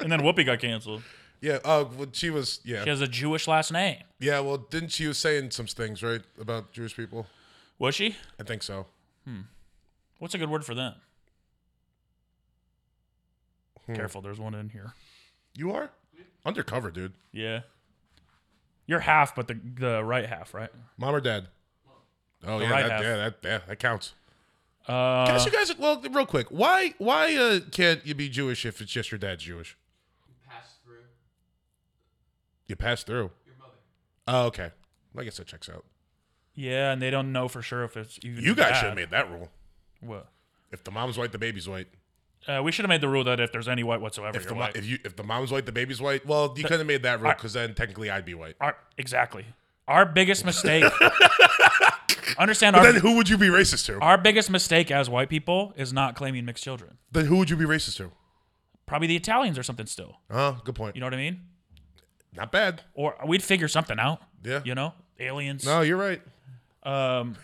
S5: and then Whoopi got canceled.
S3: yeah. Oh, well, she was. Yeah.
S5: She has a Jewish last name.
S3: yeah. Well, didn't she was saying some things right about Jewish people?
S5: Was she?
S3: I think so.
S5: What's a good word for them?
S3: Hmm.
S5: Careful, there's one in here.
S3: You are undercover, dude.
S5: Yeah. You're half, but the the right half, right?
S3: Mom or dad? Oh yeah,
S5: right
S3: that,
S5: half.
S3: yeah, that, yeah, that counts. Can I
S5: Uh,
S3: ask you guys, well, real quick, why why uh, can't you be Jewish if it's just your dad's Jewish?
S6: pass through
S3: You pass through.
S6: your mother.
S3: Oh, okay. I guess that checks out.
S5: yeah, and they don't know for sure if it's even
S3: You guys
S5: bad.
S3: should have made that rule.
S5: What?
S3: If the mom's white, the baby's white.
S5: Uh, we should have made the rule that if there's any white whatsoever,
S3: If
S5: you're
S3: the, mo-
S5: white.
S3: if you if the mom's white, the baby's white. Well, you couldn't have made that rule because then technically I'd be white.
S5: Our, exactly. Our biggest
S3: [LAUGHS]
S5: mistake. understand
S3: Then
S5: our,
S3: who would you be racist to?
S5: our biggest mistake as white people is not claiming mixed children.
S3: Then who would you be racist to?
S5: Probably the Italians or something still.
S3: Huh? Good point.
S5: You know what I mean?
S3: Not bad.
S5: Or we'd figure something out.
S3: Yeah.
S5: You know, aliens.
S3: No, you're right.
S5: Um,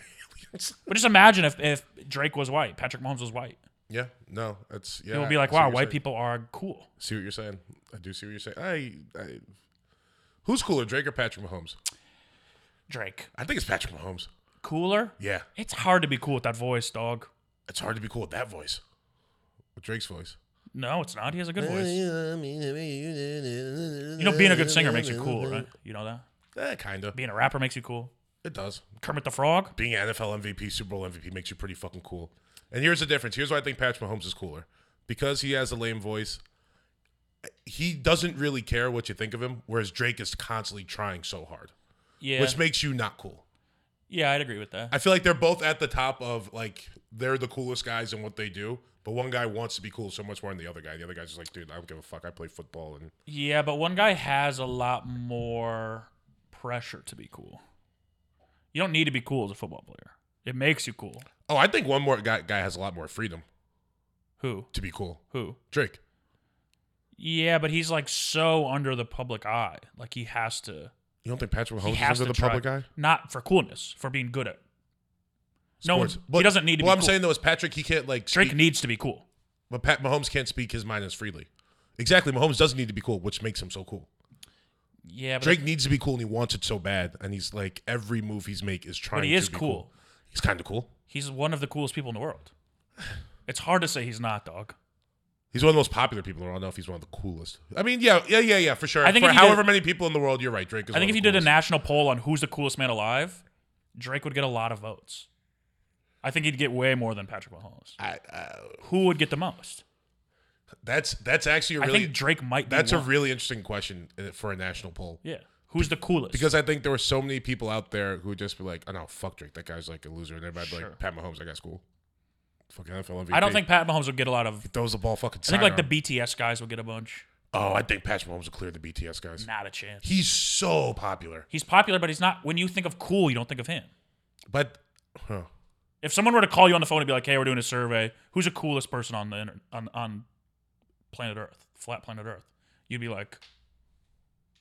S5: but just imagine if, if Drake was white, Patrick Mahomes was white.
S3: Yeah. No, that's yeah.
S5: It would be like,
S3: I see what
S5: wow,
S3: you're
S5: white
S3: saying.
S5: people are cool.
S3: See what you're saying. I do see what you're saying. I, I who's cooler, Drake or Patrick Mahomes?
S5: Drake,
S3: I think it's Patrick Mahomes.
S5: cooler.
S3: Yeah.
S5: It's hard to be cool with that voice, dog.
S3: It's hard to be cool with that voice. With Drake's voice.
S5: No, it's not. He has a good voice.
S3: You
S5: You know, being a good singer makes you cool, right? You know that.
S3: Eh, kinda.
S5: Being a rapper makes you cool.
S3: It does.
S5: Kermit the Frog.
S3: Being an NFL MVP, Super Bowl MVP makes you pretty fucking cool. And here's the difference. Here's why I think Patrick Mahomes is cooler. Because he has a lame voice, he doesn't really care what you think of him, whereas Drake is constantly trying so hard,
S5: Yeah.
S3: which makes you not cool.
S5: yeah, I'd agree with that.
S3: I feel like they're both at the top of like they're the coolest guys in what they do, but one guy wants to be cool so much more than the other guy. The other guy's just like, dude, I don't give a fuck. I play football and
S5: yeah, but one guy has a lot more pressure to be cool. You don't need to be cool as a football player. It makes you cool.
S3: oh, I think one more guy guy has a lot more freedom
S5: Who?
S3: to be cool.
S5: Who?
S3: Drake.
S5: Yeah, but he's like so under the public eye. Like he has to.
S3: You don't think Patrick
S5: He
S3: Mahomes
S5: has
S3: is Oh, under
S5: to
S3: the
S5: try.
S3: public eye?
S5: Not for coolness, for being good at. No,
S3: Sports.
S5: one- he doesn't need to.
S3: What
S5: be
S3: I'm
S5: cool.
S3: saying though is Patrick, he can't like
S5: Drake
S3: speak,
S5: needs to be cool.
S3: but Pat Mahomes can't speak his mind as freely. Exactly, Mahomes doesn't need to be cool, which makes him so cool.
S5: Yeah, but
S3: Drake needs to be cool, and he wants it so bad, and he's like every move he's make is trying.
S5: he
S3: to
S5: is
S3: be
S5: cool.
S3: He's kind of cool.
S5: he's one of the coolest people in the world. It's hard to say he's not, dog.
S3: He's one of the most popular people. in the world. I don't know if he's one of the coolest. I mean, yeah, yeah, yeah, yeah, for sure.
S5: I think
S3: for
S5: if you did-
S3: however many people in the world, you're right. Drake is.
S5: I think if
S3: one
S5: you did
S3: of the
S5: a national poll on who's the coolest man alive, Drake would get a lot of votes. I think he'd get way more than Patrick Mahomes.
S3: coolest. I, I,
S5: Who would get the most?
S3: that's that's actually a
S5: I
S3: really
S5: think Drake might. Be
S3: that's a
S5: one.
S3: really interesting question uh, for a national poll
S5: yeah. Who's the coolest?
S3: because I think there were so many people out there who would just be like, "Oh no, fuck Drake, that guy's like a loser," and everybody'd be
S5: Sure.
S3: like, "Pat Mahomes, that guy's cool." Fucking NFL MVP.
S5: I don't think Pat Mahomes would get a lot of.
S3: throws the ball fucking.
S5: I think like the
S3: sidearm.
S5: BTS guys would get a bunch.
S3: oh, I think Patrick Mahomes will clear the BTS guys.
S5: Not a chance.
S3: He's so popular,
S5: He's popular, but he's not. When you think of cool, you don't think of him.
S3: but huh.
S5: If someone were to call you on the phone and be like, "Hey, we're doing a survey. Who's the coolest person on the inter- on on planet Earth, flat planet Earth?" You'd be like,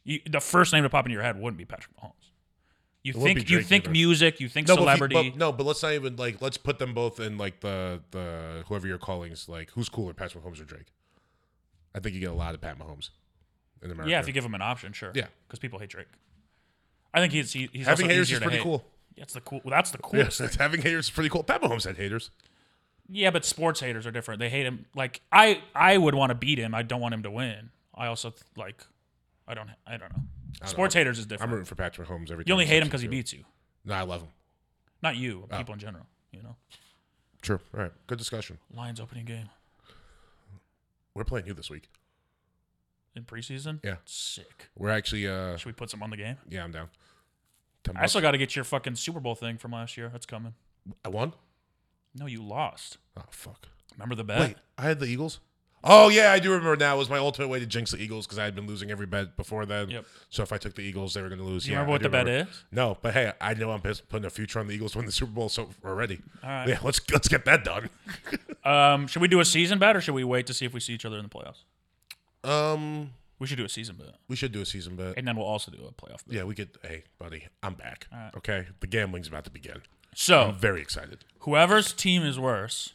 S5: you, the first name to pop into your head wouldn't be Patrick Mahomes. You
S3: wouldn't
S5: think
S3: be
S5: you
S3: Drake
S5: think
S3: either.
S5: music, you think
S3: No, but if you-
S5: celebrity.
S3: But, no, but let's not even like let's put them both in like the the whoever you're calling is like who's cooler, Patrick Mahomes or Drake? I think you get a lot of Pat Mahomes in America.
S5: yeah, if you give him an option, sure.
S3: Yeah.
S5: because people hate Drake. I think he's he, he's
S3: having
S5: also
S3: haters
S5: easier
S3: is
S5: to
S3: pretty
S5: hate.
S3: cool.
S5: That's the cool. well, that's the coolest.
S3: Yes, [LAUGHS] having haters is pretty cool. Pat Mahomes had haters.
S5: Yeah, but sports haters are different. They hate him. Like I, I would want to beat him. I don't want him to win. I also th- like, I don't, I don't know. sports haters is
S3: I'm
S5: different.
S3: rooting for Patrick Mahomes every.
S5: you only
S3: time
S5: hate him
S3: sees
S5: because he
S3: you.
S5: beats you,
S3: No, I love him.
S5: not you.
S3: Oh.
S5: but People in general, you know.
S3: True. All right, good discussion.
S5: Lions opening game
S3: We're playing you this week.
S5: in preseason.
S3: Yeah.
S5: sick.
S3: We're actually. uh
S5: Should we put some on the game?
S3: Yeah, I'm down. Ten
S5: I
S3: bucks.
S5: still got to get your fucking Super Bowl thing from last year. That's coming.
S3: I won.
S5: No, you lost.
S3: Oh fuck.
S5: Remember the bet?
S3: Wait, I had the Eagles. Oh yeah, I do remember now. It was my ultimate way to jinx the Eagles because I had been losing every bet before then.
S5: Yep.
S3: So if I took the Eagles, they were going to lose.
S5: Do you
S3: Yeah,
S5: remember
S3: I
S5: what the bet
S3: remember.
S5: is?
S3: No, but hey, I know I'm pissed- putting a future on the Eagles to win the Super Bowl. So already, all
S5: right.
S3: yeah, let's let's get that done.
S5: Um, should we do a season bet or should we wait to see if we see each other in the playoffs?
S3: Um,
S5: We should do a season bet,
S3: we should do a season bet.
S5: and then we'll also do a playoff bet.
S3: Yeah, we could. Hey, buddy, I'm back. Okay, the gambling's about to begin.
S5: So
S3: I'm very excited.
S5: whoever's team is worse,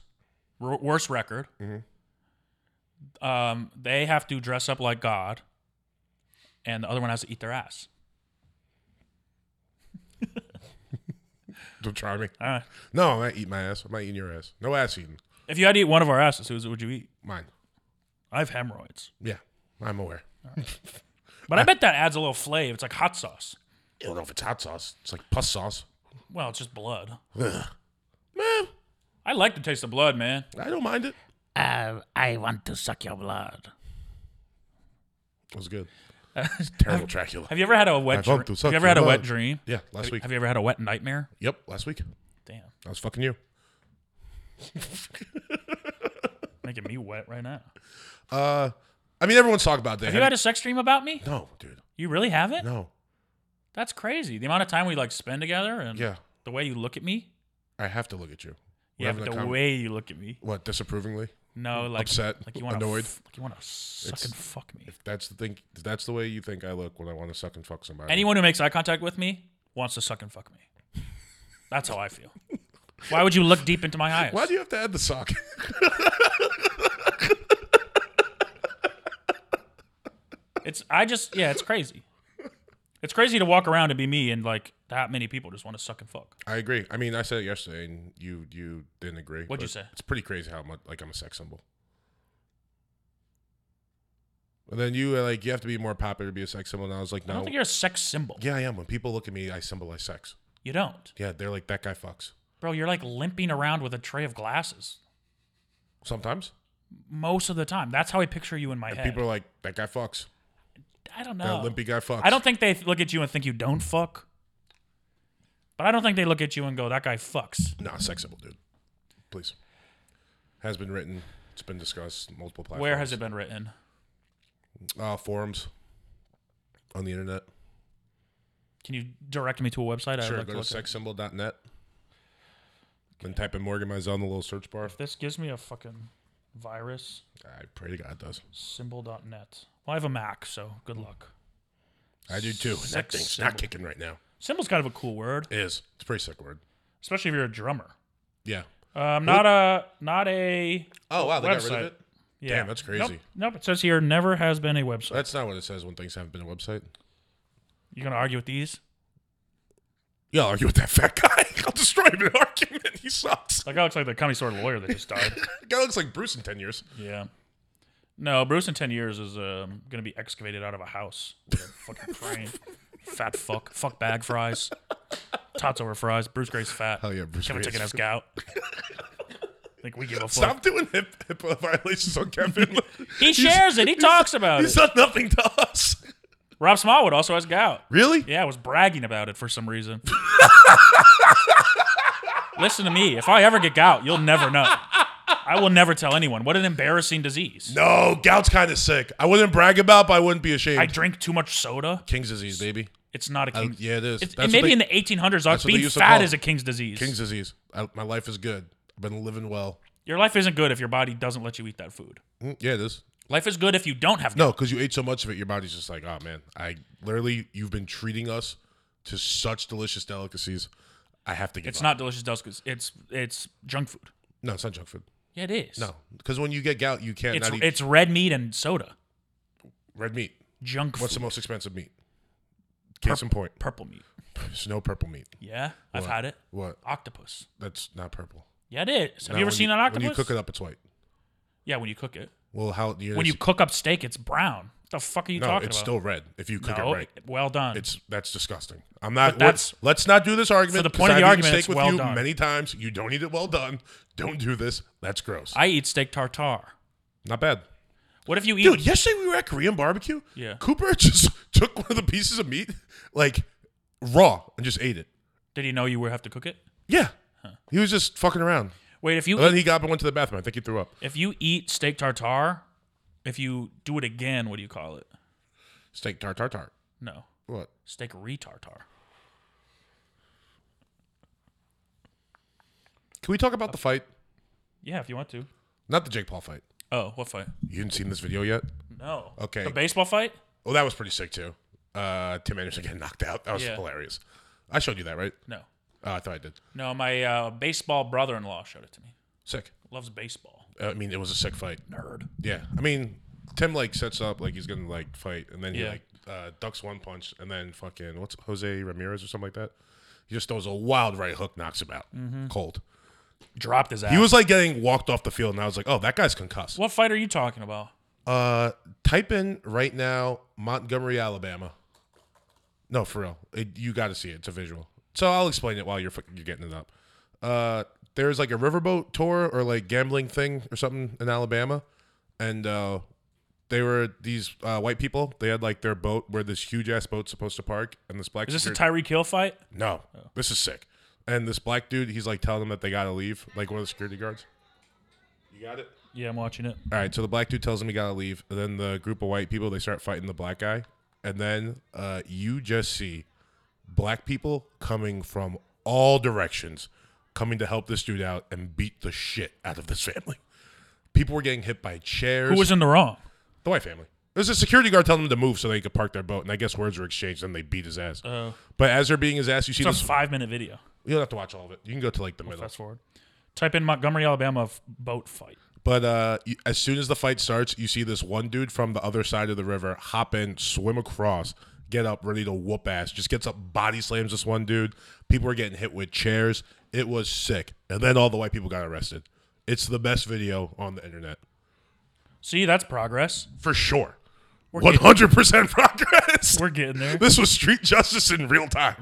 S5: r- worse record,
S3: Mm-hmm.
S5: um, they have to dress up like God, and the other one has to eat their ass.
S3: Don't try me.
S5: All right.
S3: No, I'm not eating my ass. I'm not eating your ass. No ass eating.
S5: If you had to eat one of our asses, whose would you eat?
S3: Mine.
S5: I have hemorrhoids,
S3: Yeah, I'm aware.
S5: but I bet that adds a little flavor. It's like hot sauce.
S3: I don't know if it's hot sauce. It's like pus sauce.
S5: Well, it's just blood.
S3: Ugh. Man,
S5: I like the taste of blood, man.
S3: I don't mind it.
S5: Uh, I want to suck your blood.
S3: It
S5: [LAUGHS]
S3: was good. [LAUGHS] Terrible Dracula.
S5: Have you ever had a wet?
S3: I
S5: Dr-
S3: want to
S5: have
S3: suck
S5: you ever had a
S3: your
S5: wet
S3: blood.
S5: dream?
S3: Yeah, last week.
S5: Have you ever had a wet nightmare?
S3: Yep, last week.
S5: Damn,
S3: I was fucking you.
S5: making getting me wet right now.
S3: Uh, I mean, everyone's talking about that.
S5: Have you had a sex dream about me?
S3: no, dude,
S5: You really haven't?
S3: no.
S5: That's crazy. The amount of time we like spend together and
S3: Yeah,
S5: the way you look at me.
S3: I have to look at you. We're
S5: Yeah,
S3: having
S5: but
S3: a
S5: the
S3: con-
S5: way you look at me.
S3: What disapprovingly?
S5: No, like
S3: Upset,
S5: like you want
S3: annoyed.
S5: F- like you want to suck
S3: It's-
S5: and fuck me.
S3: If that's the thing, if that's the way you think I look when I want to suck and fuck somebody.
S5: Anyone who makes eye contact with me wants to suck and fuck me. That's how I feel. Why would you look deep into my eyes?
S3: Why do you have to add the sock? [LAUGHS]
S5: It's I just yeah, it's crazy. It's crazy to walk around and be me and like that many people just want to suck and fuck.
S3: I agree. I mean, I said it yesterday, and you you didn't agree.
S5: What'd you
S3: but
S5: say?
S3: It's pretty crazy how much like I'm a sex symbol. And then you uh, like you have to be more popular to be a sex symbol. And I was like,
S5: I don't
S3: no,
S5: think you're a sex symbol.
S3: yeah, I am. When people look at me, I symbolize sex.
S5: You don't.
S3: Yeah, they're like that guy fucks
S5: Bro, you're like limping around with a tray of glasses
S3: sometimes.
S5: most of the time. That's how I picture you in my
S3: And
S5: head.
S3: people are like, that guy fucks.
S5: I don't
S3: That
S5: know.
S3: limpy guy fucks.
S5: I don't think they look at you and think you don't fuck. But I don't think they look at you and go, that guy fucks.
S3: Nah, sex symbol, dude. Please. Has been written. It's been discussed multiple platforms.
S5: Where has it been written?
S3: Uh, forums on the internet.
S5: Can you direct me to a website? I would
S3: Sure,
S5: like
S3: go
S5: to
S3: to
S5: look at it.
S3: sexsymbol.net. Then type in Morgan Mizell in the little search bar.
S5: This gives me a fucking virus.
S3: I pray to God it does.
S5: Symbol.net. Well, I have a Mac, so good luck.
S3: I do too. And that
S5: Sex
S3: thing's
S5: symbol.
S3: not kicking right now.
S5: Symbol's kind of a cool word,
S3: It is. It's a pretty sick word.
S5: especially if you're a drummer.
S3: Yeah.
S5: Um, not a, not a.
S3: Oh wow, they got rid
S5: Website.
S3: of it.
S5: Yeah.
S3: Damn, that's crazy.
S5: Nope, nope, it says here never has been a website.
S3: That's not what it says when things haven't been a website.
S5: You gonna argue with these?
S3: Yeah, I'll argue with that fat guy. [LAUGHS] I'll destroy him in an argument. He sucks. [LAUGHS]
S5: That guy looks like the county store lawyer that just died.
S3: That guy looks like Bruce in ten years.
S5: yeah. No, Bruce in ten years is um, gonna be excavated out of a house. With a fucking crane. Fat fuck. Fuck bag fries. Tots over fries. Bruce Gray's fat.
S3: Hell yeah, Bruce
S5: Kevin
S3: Gray
S5: taking us
S3: is
S5: gout.
S3: [LAUGHS]
S5: Think we give a fuck.
S3: Stop doing hip HIPAA violations on Kevin.
S5: [LAUGHS] He shares it. He talks about
S3: He's
S5: it.
S3: done nothing to us.
S5: Rob Smallwood also has gout.
S3: Really?
S5: Yeah, was bragging about it for some
S3: [LAUGHS]
S5: reason. Listen to me. If I ever get gout, you'll never know. I will never tell anyone. What an embarrassing disease.
S3: No, gout's kind of sick. I wouldn't brag about, but I wouldn't be ashamed.
S5: I drink too much soda.
S3: King's disease, baby.
S5: It's not a
S3: I-
S5: king.
S3: yeah, it is.
S5: It's,
S3: That's
S5: and
S3: what
S5: maybe
S3: they-
S5: in the 1800s,
S3: that's what they
S5: being
S3: used to
S5: fat
S3: call
S5: is a king's disease.
S3: King's disease. I, my life is good. I've been living well.
S5: Your life isn't good if your body doesn't let you eat that food.
S3: Mm, Yeah, it is.
S5: Life is good if you don't have
S3: No, because you ate so much of it, your body's just like, oh man, I literally, you've been treating us to such delicious delicacies. I have to give
S5: It's
S3: up.
S5: not delicious dust. 'cause It's it's junk food.
S3: No, it's not junk food.
S5: Yeah, it is.
S3: No, because when you get gout, you can't
S5: It's,
S3: not eat
S5: it's red meat and soda.
S3: red meat.
S5: Junk
S3: What's the
S5: food.
S3: most expensive meat? Case in point,
S5: Purple meat.
S3: there's no purple meat.
S5: Yeah, I've
S3: What?
S5: had it.
S3: What?
S5: Octopus.
S3: That's not purple.
S5: Yeah, it is. Have
S3: No,
S5: you ever
S3: when
S5: seen an octopus?
S3: When you cook it up, it's white.
S5: Yeah, when you cook it.
S3: Well, how you
S5: When you cook up steak, it's brown. What the fuck are you
S3: no,
S5: talking
S3: it's
S5: about?
S3: still red if you cook
S5: no,
S3: it right.
S5: well done.
S3: It's that's disgusting. I'm not.
S5: that's-
S3: That's, let's not do this argument.
S5: For the
S3: 'cause
S5: point of
S3: I've
S5: the
S3: eaten
S5: argument,
S3: steak
S5: it's
S3: with
S5: well
S3: you
S5: done.
S3: many times. You don't eat it well done. Don't do this. That's gross.
S5: I eat steak tartare.
S3: not bad,
S5: What if you eat?
S3: dude. Yesterday we were at Korean barbecue.
S5: Yeah.
S3: Cooper [LAUGHS] just took one of the pieces of meat, like raw, and just ate it.
S5: Did he know you would have to cook it?
S3: Yeah. He was just fucking around.
S5: Wait, if you
S3: And then he got up and went to the bathroom. I think he threw up.
S5: if you eat steak tartare, if you do it again, what do you call it?
S3: Steak tart tart tart.
S5: No,
S3: What?
S5: steak retartare.
S3: Can we talk about the fight?
S5: Yeah, if you want to.
S3: Not the Jake Paul fight.
S5: Oh, what fight?
S3: You hadn't seen this video yet?
S5: No.
S3: Okay.
S5: The baseball fight.
S3: Oh, that was pretty sick too. Uh, Tim Anderson getting knocked out. That was
S5: Yeah.
S3: hilarious. I showed you that, right?
S5: No.
S3: Oh, I thought I did.
S5: No, my uh, baseball brother-in-law showed it to me.
S3: Sick.
S5: Loves baseball.
S3: Uh, I mean, it was a sick fight.
S5: Nerd.
S3: Yeah. I mean, Tim like sets up like he's gonna like fight, and then he
S5: Yeah.
S3: like uh, ducks one punch, and then fucking what's Jose Ramirez or something like that. He just throws a wild right hook, knocks him out
S5: Mm-hmm.
S3: cold.
S5: Dropped his ass.
S3: He was like getting walked off the field, and I was like, oh, that guy's concussed.
S5: What fight are you talking about?
S3: Uh, type in right now Montgomery, Alabama. No, for real, It- you got to see it. It's a visual. So I'll explain it while you're fucking- you're getting it up. Uh, there's like a riverboat tour or like gambling thing or something in Alabama, and uh, they were these uh, white people. They had like their boat where this huge ass boat's supposed to park, and this black.
S5: Is this a Oh.
S3: security-
S5: Tyree Kill fight?
S3: no, this is sick. And this black dude, he's like telling them that they gotta leave, like one of the security guards. You got it.
S5: Yeah, I'm watching it.
S3: All right, so the black dude tells him he gotta leave. And then the group of white people they start fighting the black guy, and then uh, you just see black people coming from all directions, coming to help this dude out and beat the shit out of this [LAUGHS] family. People were getting hit by chairs.
S5: Who was in the wrong?
S3: the white family? There's a security guard telling them to move so they could park their boat, and I guess words were exchanged. Then they beat his ass. but as they're beating his ass, you see
S5: Uh-huh. It's a
S3: this.
S5: five minute video.
S3: you don't have to watch all of it. You can go to like the middle.
S5: Fast forward. Type in Montgomery, Alabama f- boat fight.
S3: But uh, you- as soon as the fight starts, you see this one dude from the other side of the river hop in, swim across, get up, ready to whoop ass. Just gets up, body slams this one dude. People are getting hit with chairs. It was sick. And then all the white people got arrested. It's the best video on the internet
S5: See, that's progress.
S3: for sure. One hundred
S5: [LAUGHS]
S3: percent progress.
S5: We're getting
S3: [LAUGHS]
S5: there.
S3: This was street justice in real time.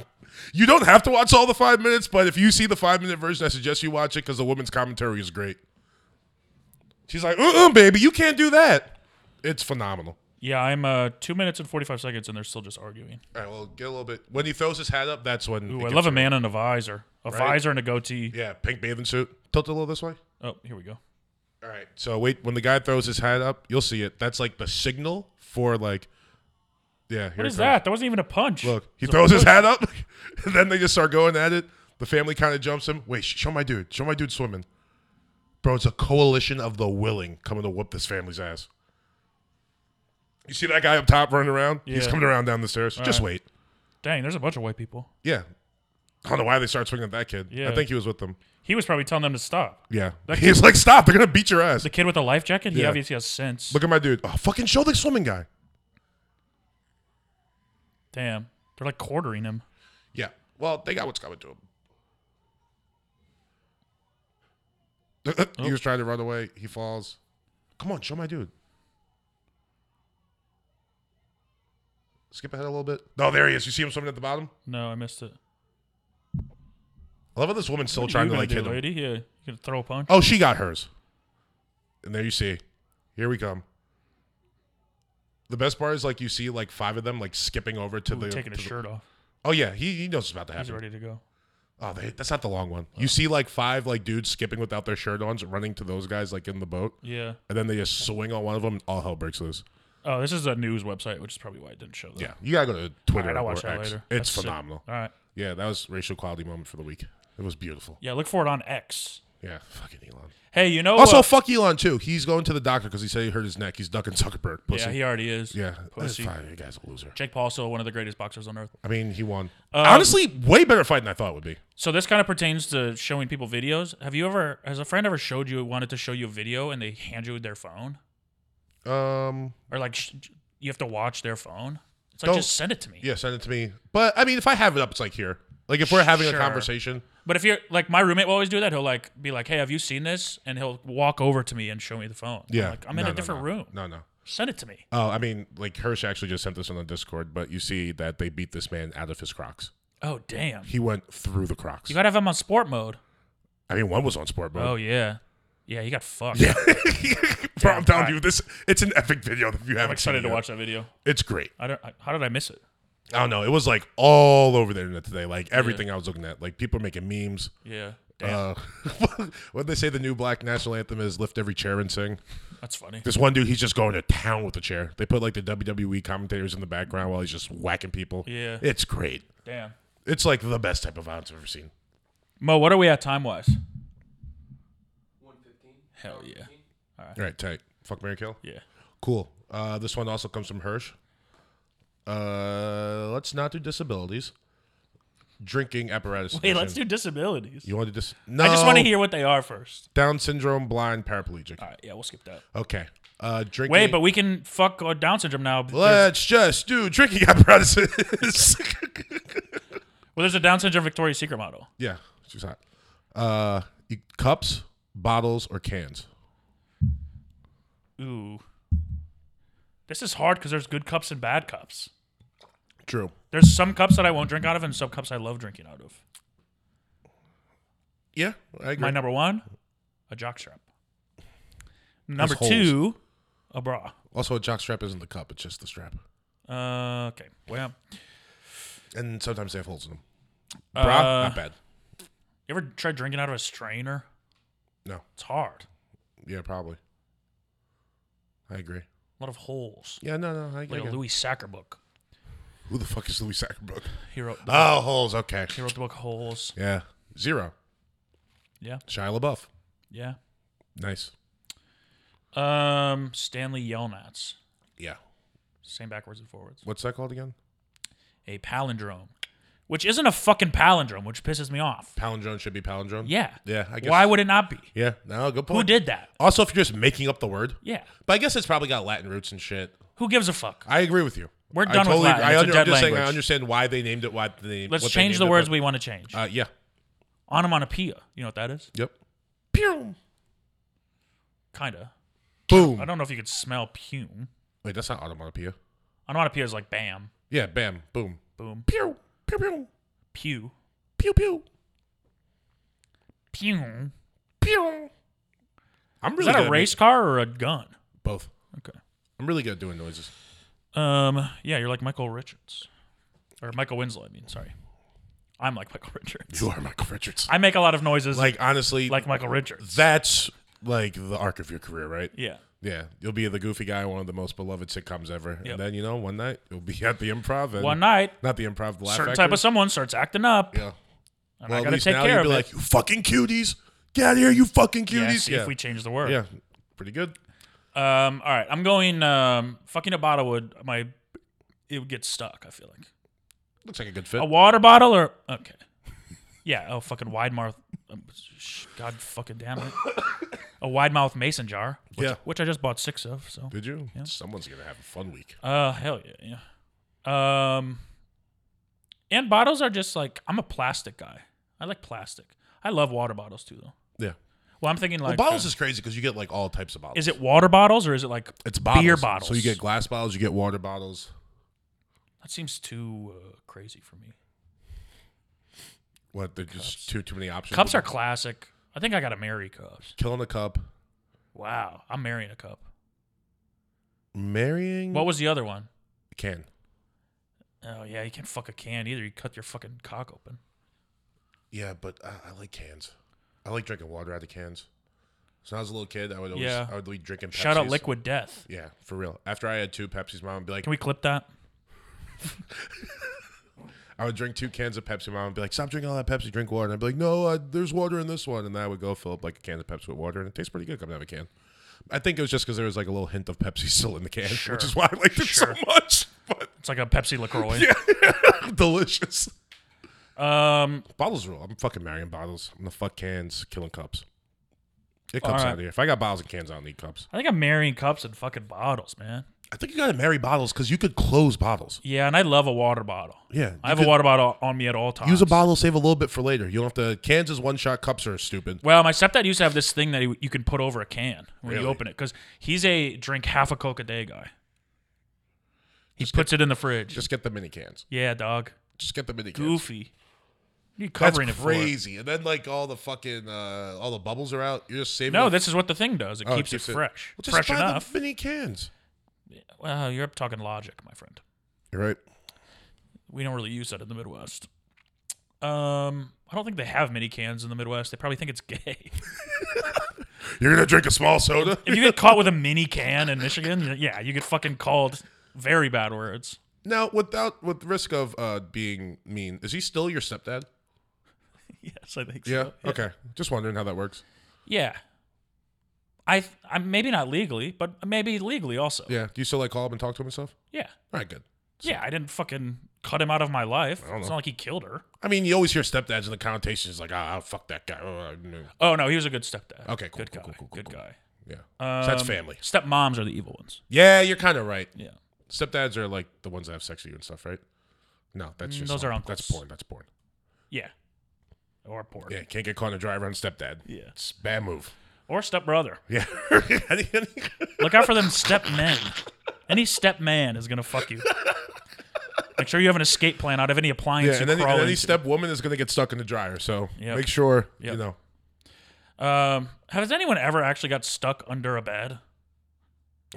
S3: You don't have to watch all the five minutes, but if you see the five minute version, I suggest you watch it because the woman's commentary is great. She's like, "Uh, uh baby, you can't do that." It's phenomenal.
S5: Yeah, I'm uh, two minutes and 45 seconds and they're still just arguing.
S3: All right, well, get a little bit. When he throws his hat up, that's when.
S5: Ooh,
S3: it
S5: I
S3: gets
S5: love a
S3: real.
S5: man in a visor. A visor and a goatee.
S3: Yeah, pink bathing suit. Tilt it a little this way.
S5: Oh, here we go.
S3: All right. So wait, when the guy throws his hat up, you'll see it. That's like the signal for like. Yeah. Here
S5: What
S3: it
S5: is
S3: comes.
S5: that? That wasn't even a punch.
S3: Look, he throws his hat up, [LAUGHS] and then they just start going at it. The family kind of jumps him. Wait, sh- show my dude. Show my dude swimming. Bro, it's a coalition of the willing coming to whoop this family's ass. You see that guy up top running around? He's
S5: Yeah.
S3: coming around down the stairs. just wait.
S5: Dang, there's a bunch of white people.
S3: Yeah. I don't know why they start swinging at that kid.
S5: Yeah.
S3: I think he was with them.
S5: He was probably telling them to stop.
S3: Yeah. He's like, stop. They're going to beat your ass.
S5: The kid with the life jacket, he
S3: Yeah.
S5: obviously has sense.
S3: Look at my dude. Oh, fucking show the swimming guy.
S5: Damn. They're like quartering him.
S3: Yeah. Well, they got what's coming to him. [LAUGHS]
S5: Oh.
S3: he was trying to run away. He falls. Come on, show my dude. Skip ahead a little bit. No, there he is. You see him swimming at the bottom?
S5: No, I missed it.
S3: I love how this woman's still
S5: What are
S3: trying
S5: you
S3: to
S5: gonna
S3: like
S5: do,
S3: hit him.
S5: lady? Yeah, you gonna throw a punch?
S3: Oh, she got hers. And there you see. Here we come. The best part is like you see like five of them like skipping over to
S5: Ooh,
S3: the
S5: taking
S3: to
S5: his
S3: the-
S5: shirt off.
S3: Oh yeah, he, he knows what's about to
S5: He's
S3: happen.
S5: ready to go.
S3: Oh, they, that's not the long one.
S5: Oh.
S3: You see like five like dudes skipping without their shirt on, running to those guys like in the boat,
S5: Yeah.
S3: and then they just swing on one of them, and all hell breaks loose.
S5: Oh, this is a news website, which is probably why it didn't show that.
S3: Yeah, you gotta go to Twitter
S5: All right, I'll watch
S3: or
S5: that
S3: X.
S5: later.
S3: It's
S5: That's sick.
S3: phenomenal.
S5: All right.
S3: Yeah, that was racial equality moment for the week. It was beautiful.
S5: Yeah, look for it on X.
S3: Yeah, fucking Elon.
S5: Hey, you know
S3: Also,
S5: uh,
S3: fuck Elon too. He's going to the doctor because he said he hurt his neck. He's ducking Zuckerberg. Pussy.
S5: yeah, he already is.
S3: Yeah, that's
S5: Pussy.
S3: fine. You guy's a loser.
S5: Jake Paul, still one of the greatest boxers on earth.
S3: I mean, he won.
S5: Um,
S3: Honestly, way better fight than I thought it would be.
S5: So this kind of pertains to showing people videos. Have you ever, has a friend ever showed you wanted to show you a video and they hand you their phone,
S3: Um,
S5: or like sh- you have to watch their phone? It's like
S3: Don't-
S5: just send it to me.
S3: yeah, send it to me. But I mean, if I have it up, it's like here. Like if we're having a
S5: Sure.
S3: conversation.
S5: But if you're like my roommate will always do that. He'll like be like, "Hey, have you seen this?" And he'll walk over to me and show me the phone.
S3: Yeah,
S5: I'm like I'm in
S3: No,
S5: a
S3: no,
S5: different
S3: no.
S5: room.
S3: No, no.
S5: Send it to me.
S3: Oh, I mean, like Hirsch actually just sent this on the Discord, but you see that they beat this man out of his Crocs.
S5: Oh damn!
S3: He went through the Crocs.
S5: You gotta have him on sport mode.
S3: I mean, one was on sport
S5: Oh
S3: [LAUGHS] mode.
S5: yeah, yeah. He got fucked.
S3: Bro, I'm telling
S5: I-
S3: you, this it's an epic video. If you haven't
S5: I'm [LAUGHS] excited
S3: seen
S5: to
S3: it yet.
S5: watch that video.
S3: It's great.
S5: I don't. I, how did I miss it?
S3: I don't know. It was like all over the internet today. Like everything I was looking at. Like people making memes.
S5: Yeah. Damn,
S3: Uh, [LAUGHS] what they say the new black national anthem is lift every chair and sing.
S5: that's funny.
S3: This one dude, he's just going to town with the chair. They put like the WWE commentators in the background while he's just whacking people.
S5: Yeah.
S3: It's great.
S5: Damn.
S3: It's like the best type of violence I've ever seen.
S5: Mo, what are we at time wise? Hell yeah.
S3: All right, tight. Fuck Mary Kill.
S5: Yeah.
S3: Cool. Uh, this one also comes from Hirsch. Uh, let's not do disabilities. Drinking apparatus.
S5: Hey,
S3: edition.
S5: let's do disabilities.
S3: You want to do dis? No.
S5: I just want to hear what they are first.
S3: Down syndrome, blind, paraplegic.
S5: All right. Yeah, we'll skip that.
S3: Okay. Uh, drinking.
S5: Wait, but we can fuck uh, Down syndrome now. There's-
S3: let's just do drinking [LAUGHS] apparatus.
S5: Well, there's a Down syndrome Victoria's Secret model.
S3: yeah, she's hot. Uh, you- cups, bottles, or cans.
S5: Ooh. This is hard because there's good cups and bad cups.
S3: True.
S5: There's some cups that I won't drink out of and some cups I love drinking out of.
S3: Yeah, I agree.
S5: My number one, a jockstrap. Number
S3: holes.
S5: two, a bra.
S3: also, a jockstrap isn't the cup; it's just the strap.
S5: Uh, okay. Well,
S3: And sometimes they have holes in them. Bra,
S5: Uh,
S3: not bad.
S5: you ever tried drinking out of a strainer?
S3: No.
S5: It's hard.
S3: Yeah, probably. I agree.
S5: A lot of holes.
S3: Yeah, no, no, I get
S5: Like a
S3: it.
S5: Louis Sacker book.
S3: Who the fuck is Louis Sackerbook?
S5: He wrote the,
S3: Oh, holes. Okay.
S5: he wrote the book Holes.
S3: Yeah, zero.
S5: Yeah.
S3: Shia LaBeouf.
S5: Yeah.
S3: Nice.
S5: Um, Stanley Yelnats.
S3: Yeah.
S5: Same backwards and forwards.
S3: What's that called again?
S5: A palindrome, which isn't a fucking palindrome, which pisses me off.
S3: Palindrome should be palindrome.
S5: Yeah.
S3: Yeah, I guess.
S5: Why would it not be?
S3: Yeah. No, good point.
S5: Who did that?
S3: Also, if you're just making up the word,
S5: Yeah.
S3: but I guess it's probably got Latin roots and shit.
S5: Who gives a fuck?
S3: I agree with you.
S5: We're
S3: I
S5: done with Latin.
S3: agree. I
S5: It's a
S3: under-
S5: dead
S3: I'm just saying I
S5: language.
S3: understand why they named it. Why they
S5: Let's
S3: what they
S5: change
S3: named
S5: the
S3: it,
S5: words
S3: but-
S5: we want to change.
S3: Uh, yeah.
S5: Onomatopoeia. You know what that is?
S3: Yep. Pew.
S5: Kinda.
S3: Boom.
S5: I don't know if you could smell pume.
S3: Wait, that's not onomatopoeia.
S5: Onomatopoeia is like bam,
S3: Yeah. Bam. Boom.
S5: boom,
S3: Pew. Pew. Pew.
S5: pew,
S3: Pew. Pew.
S5: pew.
S3: Pew. I'm really
S5: Is that
S3: good
S5: a
S3: at
S5: race car or a gun?
S3: making- both.
S5: Okay.
S3: I'm really good at doing noises.
S5: Um. Yeah, you're like Michael Richards, or Michael Winslow. I mean, sorry. I'm like Michael [LAUGHS] Richards.
S3: You are Michael Richards.
S5: I make a lot of noises like,
S3: Like honestly, like
S5: Michael Richards.
S3: that's like the arc of your career, right?
S5: yeah.
S3: Yeah, you'll be the goofy guy, in one of the most beloved sitcoms ever,
S5: Yep.
S3: and then you know one night you'll be at the improv. And
S5: One night,
S3: not the improv, the laugh
S5: certain
S3: Factory.
S5: type of someone starts acting up,
S3: yeah.
S5: and
S3: Well,
S5: I
S3: at
S5: gotta
S3: least
S5: take
S3: now
S5: care
S3: you'll
S5: of
S3: be
S5: it.
S3: like, you fucking cuties, get out of here, you fucking
S5: yeah,
S3: cuties.
S5: see
S3: Yeah,
S5: if we change the word.
S3: yeah, pretty good.
S5: Um. All right. I'm going. Um. Fucking a bottle would my. It would get stuck. I feel like
S3: Looks like a good fit.
S5: a water bottle or okay. Yeah. Oh, fucking wide mouth. um, sh- God fucking damn it. A wide mouth mason jar. Which,
S3: Yeah.
S5: Which I just bought six of. So.
S3: Did you? Someone's gonna have a fun week.
S5: Uh, hell yeah, yeah. Um, and bottles are just like I'm a plastic guy. I like plastic. I love water bottles too, though.
S3: Yeah.
S5: Well, I'm thinking like
S3: bottles
S5: uh,
S3: is crazy because you get like all types of bottles.
S5: is it water bottles or is it like
S3: It's bottles.
S5: beer bottles?
S3: So you get glass bottles, you get water bottles.
S5: that seems too uh, crazy for me.
S3: What? There's just too too many options.
S5: Cups are classic. I think I gotta marry cups.
S3: killing a cup,
S5: Wow, I'm marrying a cup.
S3: marrying.
S5: What was the other one?
S3: can?
S5: Oh yeah, you can't fuck a can either. You cut your fucking cock open.
S3: Yeah, but I, I like cans. I like drinking water out of cans. So when I was a little kid, I would always
S5: Yeah.
S3: I would be drinking. Pepsis.
S5: Shout out Liquid Death.
S3: Yeah, for real. After I had two Pepsis, mom would be like,
S5: Can we clip that?
S3: I would drink two cans of Pepsi. Mom would be like, stop drinking all that Pepsi, drink water. And I'd be like, no, uh, there's water in this one. And then I would go fill up like a can of Pepsi with water, and it tastes pretty good coming out of a can. I think it was just because there was like a little hint of Pepsi [LAUGHS] still in the can,
S5: Sure.
S3: which is why I liked it
S5: Sure.
S3: so much. [LAUGHS] But
S5: It's like a Pepsi
S3: [LAUGHS]
S5: Lacroix.
S3: delicious.
S5: Um,
S3: Bottles rule. I'm fucking marrying bottles. I'm gonna fuck cans, killing cups. Get cups
S5: right.
S3: out of here. If I got bottles and cans, I don't need cups.
S5: I think I'm marrying cups and fucking bottles, man.
S3: I think you gotta marry bottles because you could close bottles.
S5: Yeah, and I love a water bottle.
S3: Yeah, you
S5: I have a
S3: could
S5: water bottle on me at all times.
S3: Use a bottle, save a little bit for later. You don't have to. Cans is one shot. Cups are stupid.
S5: Well, my stepdad used to have this thing that he, you can put over a can when you
S3: Really?
S5: open it because he's a drink half a Coke a day guy. He puts it in the fridge.
S3: Just get the mini cans.
S5: yeah, dog.
S3: Just get the mini cans.
S5: Goofy. What are you
S3: That's
S5: covering it for?
S3: crazy. And then like all the fucking uh, all the bubbles are out. You're just saving.
S5: No,
S3: it.
S5: this is what the thing does. It
S3: Oh,
S5: keeps it, fresh.
S3: Well, just
S5: fresh
S3: buy
S5: enough.
S3: The mini cans.
S5: Well, you're talking logic, my friend.
S3: You're right.
S5: We don't really use that in the Midwest. Um, I don't think they have mini cans in the Midwest. They probably think it's gay. [LAUGHS]
S3: You're gonna drink a small soda.
S5: if you get caught with a mini can in Michigan, yeah, you get fucking called very bad words.
S3: now, without with risk of uh, being mean, is he still your stepdad?
S5: Yes, I think
S3: Yeah.
S5: so.
S3: Okay. Just wondering how that works.
S5: Yeah. I, th- I maybe not legally, but maybe legally also.
S3: Yeah. Do you still like call him and talk to him and stuff?
S5: Yeah.
S3: All right. Good.
S5: Yeah, I didn't fucking cut him out of my life.
S3: don't
S5: It's
S3: know.
S5: not like he killed her.
S3: I mean, you always hear stepdads in the connotations like, ah, fuck that guy. Oh, I knew.
S5: Oh no, he was a good stepdad.
S3: Okay, cool,
S5: Good
S3: cool,
S5: guy.
S3: cool, cool,
S5: good
S3: cool.
S5: guy.
S3: Yeah. so that's
S5: Um,
S3: family.
S5: Stepmoms are the evil ones.
S3: Yeah, you're kind of right.
S5: Yeah.
S3: Stepdads are like the ones that have sex with you and stuff, right? No, that's
S5: Mm,
S3: just
S5: those are
S3: that's
S5: uncles.
S3: porn. That's porn.
S5: Yeah. Or poor.
S3: Yeah, can't get caught in a dry run stepdad.
S5: Yeah.
S3: It's a bad move.
S5: Or stepbrother.
S3: [LAUGHS] Yeah.
S5: Look out for them step men. Any step man is gonna fuck you. Make sure you have an escape plan out of any appliance
S3: yeah,
S5: you
S3: and any,
S5: crawl
S3: and any
S5: into.
S3: step woman is going to get stuck in the dryer. So
S5: Yep.
S3: make sure,
S5: Yep.
S3: you know.
S5: Um, has anyone ever actually got stuck under a bed?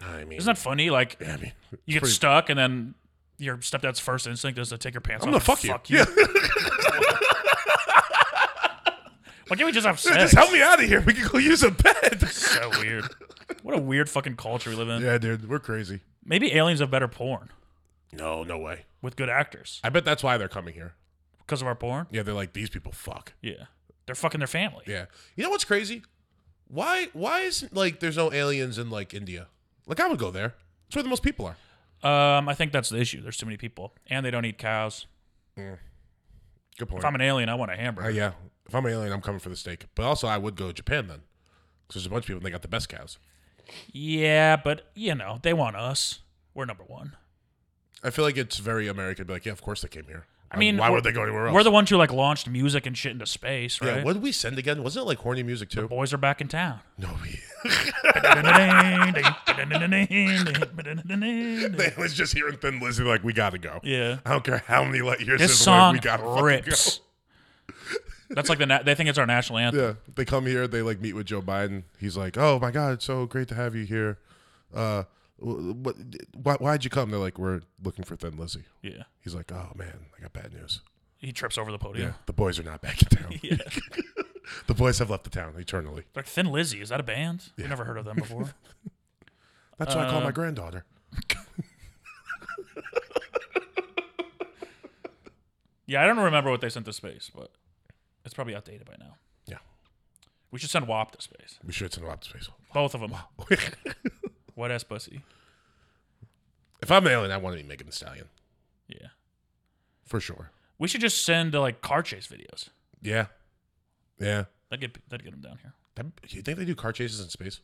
S3: I mean,
S5: Isn't that funny? Like
S3: I mean,
S5: you get
S3: pretty-
S5: stuck and then your stepdad's first instinct is to take your pants
S3: I'm
S5: off.
S3: going to
S5: and
S3: fuck, you. Yeah.
S5: Why can't we just have sex?
S3: [LAUGHS] Just help me out of here. We can go use a bed. [LAUGHS]
S5: So weird. What a weird fucking culture we live in.
S3: yeah, dude, we're crazy.
S5: Maybe aliens have better porn
S3: No, no way.
S5: with good actors
S3: I bet that's why they're coming here.
S5: because of our porn.
S3: Yeah, they're like these people fuck.
S5: Yeah, they're fucking their family.
S3: Yeah. You know what's crazy? Why why isn't like there's no aliens in like India? Like I would go there. That's where the most people are.
S5: Um, I think that's the issue. There's too many people, and they don't eat cows.
S3: Good point.
S5: If I'm an alien, I want a
S3: Uh,
S5: hamburger.
S3: yeah. If I'm an alien, I'm coming for the steak. But also I would go to Japan then. Because there's a bunch of people and they got the best cows.
S5: yeah, but you know they want us. We're number one.
S3: I feel like it's very American to be like, yeah, of course they came here. Um,
S5: I mean,
S3: why
S5: we're-
S3: would they go anywhere else?
S5: We're the ones who like launched music and shit into space, right?
S3: yeah, what did we send again? Wasn't it like horny
S5: [LAUGHS]
S3: music too?
S5: Boys are back in
S3: [LAUGHS]
S5: town.
S3: No, we
S5: this
S3: they was just hearing Thin Lizzy like, we gotta go.
S5: Yeah.
S3: I don't care how many light years this,
S5: song
S3: we gotta fucking
S5: rips. That's like the na- they think it's our national anthem.
S3: go. [LAUGHS] Yeah, they come here. They like meet with Joe Biden. He's like, "Oh my God, it's so great to have you here. Uh, wh- what? Why, why'd you come?" They're like, "We're looking for Thin Lizzy."
S5: Yeah.
S3: He's like, "Oh man, I got bad news.
S5: He trips over the
S3: Yeah,
S5: podium.
S3: the boys are not back in
S5: [LAUGHS]
S3: town. [LAUGHS] the boys have left the town eternally.
S5: Like Thin Lizzy, is that a band? We've never heard of them before.
S3: That's why I
S5: Uh,
S3: call my granddaughter."
S5: yeah, I don't remember what they sent to space, but it's probably outdated by now.
S3: Yeah,
S5: We should send WAP to space.
S3: we should send a lot to space.
S5: Both of them.
S3: [LAUGHS]
S5: Wet ass pussy.
S3: if I'm an alien, I want to be Megan Thee Stallion
S5: Yeah.
S3: for sure.
S5: We should just send uh, like car chase videos.
S3: Yeah, yeah.
S5: That'd get that'd get them down here.
S3: That, you think they do car chases in space?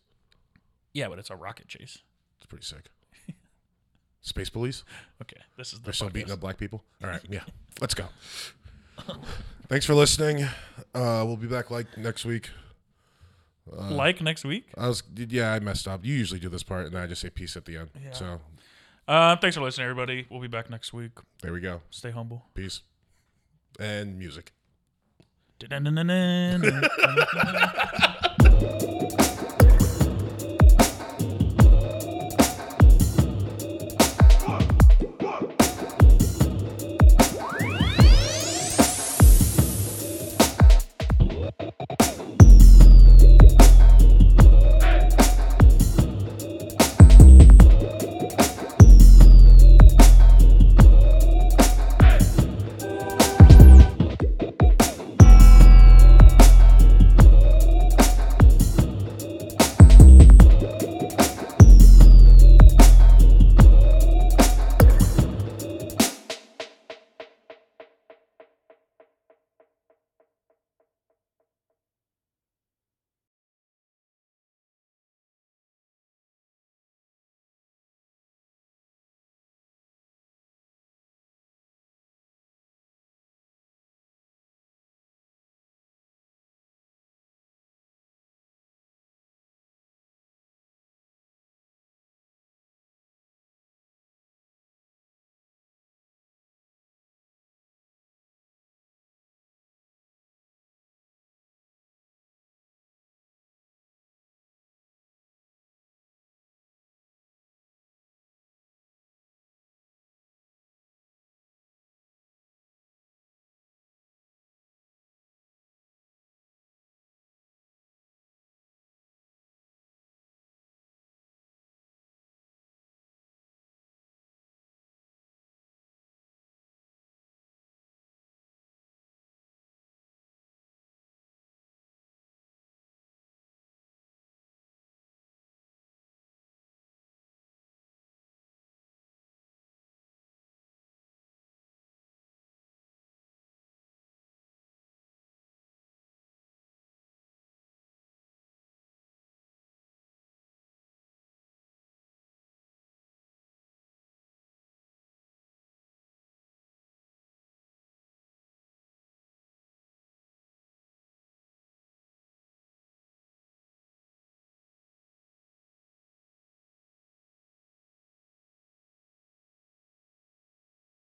S5: Yeah, but it's a rocket chase.
S3: It's pretty [LAUGHS] sick. Space police?
S5: Okay, this is the.
S3: They're still
S5: podcast.
S3: beating up black people? All right, [LAUGHS] yeah. Let's go. Thanks for listening. Uh, we'll be back like next week. uh,
S5: like next week.
S3: I was yeah, I messed up. You usually do this part and I just say peace at the end. So
S5: Uh, thanks for listening, everybody. We'll be back next week.
S3: there we go.
S5: Stay humble.
S3: Peace. And music.
S5: Da-da-da-da-da.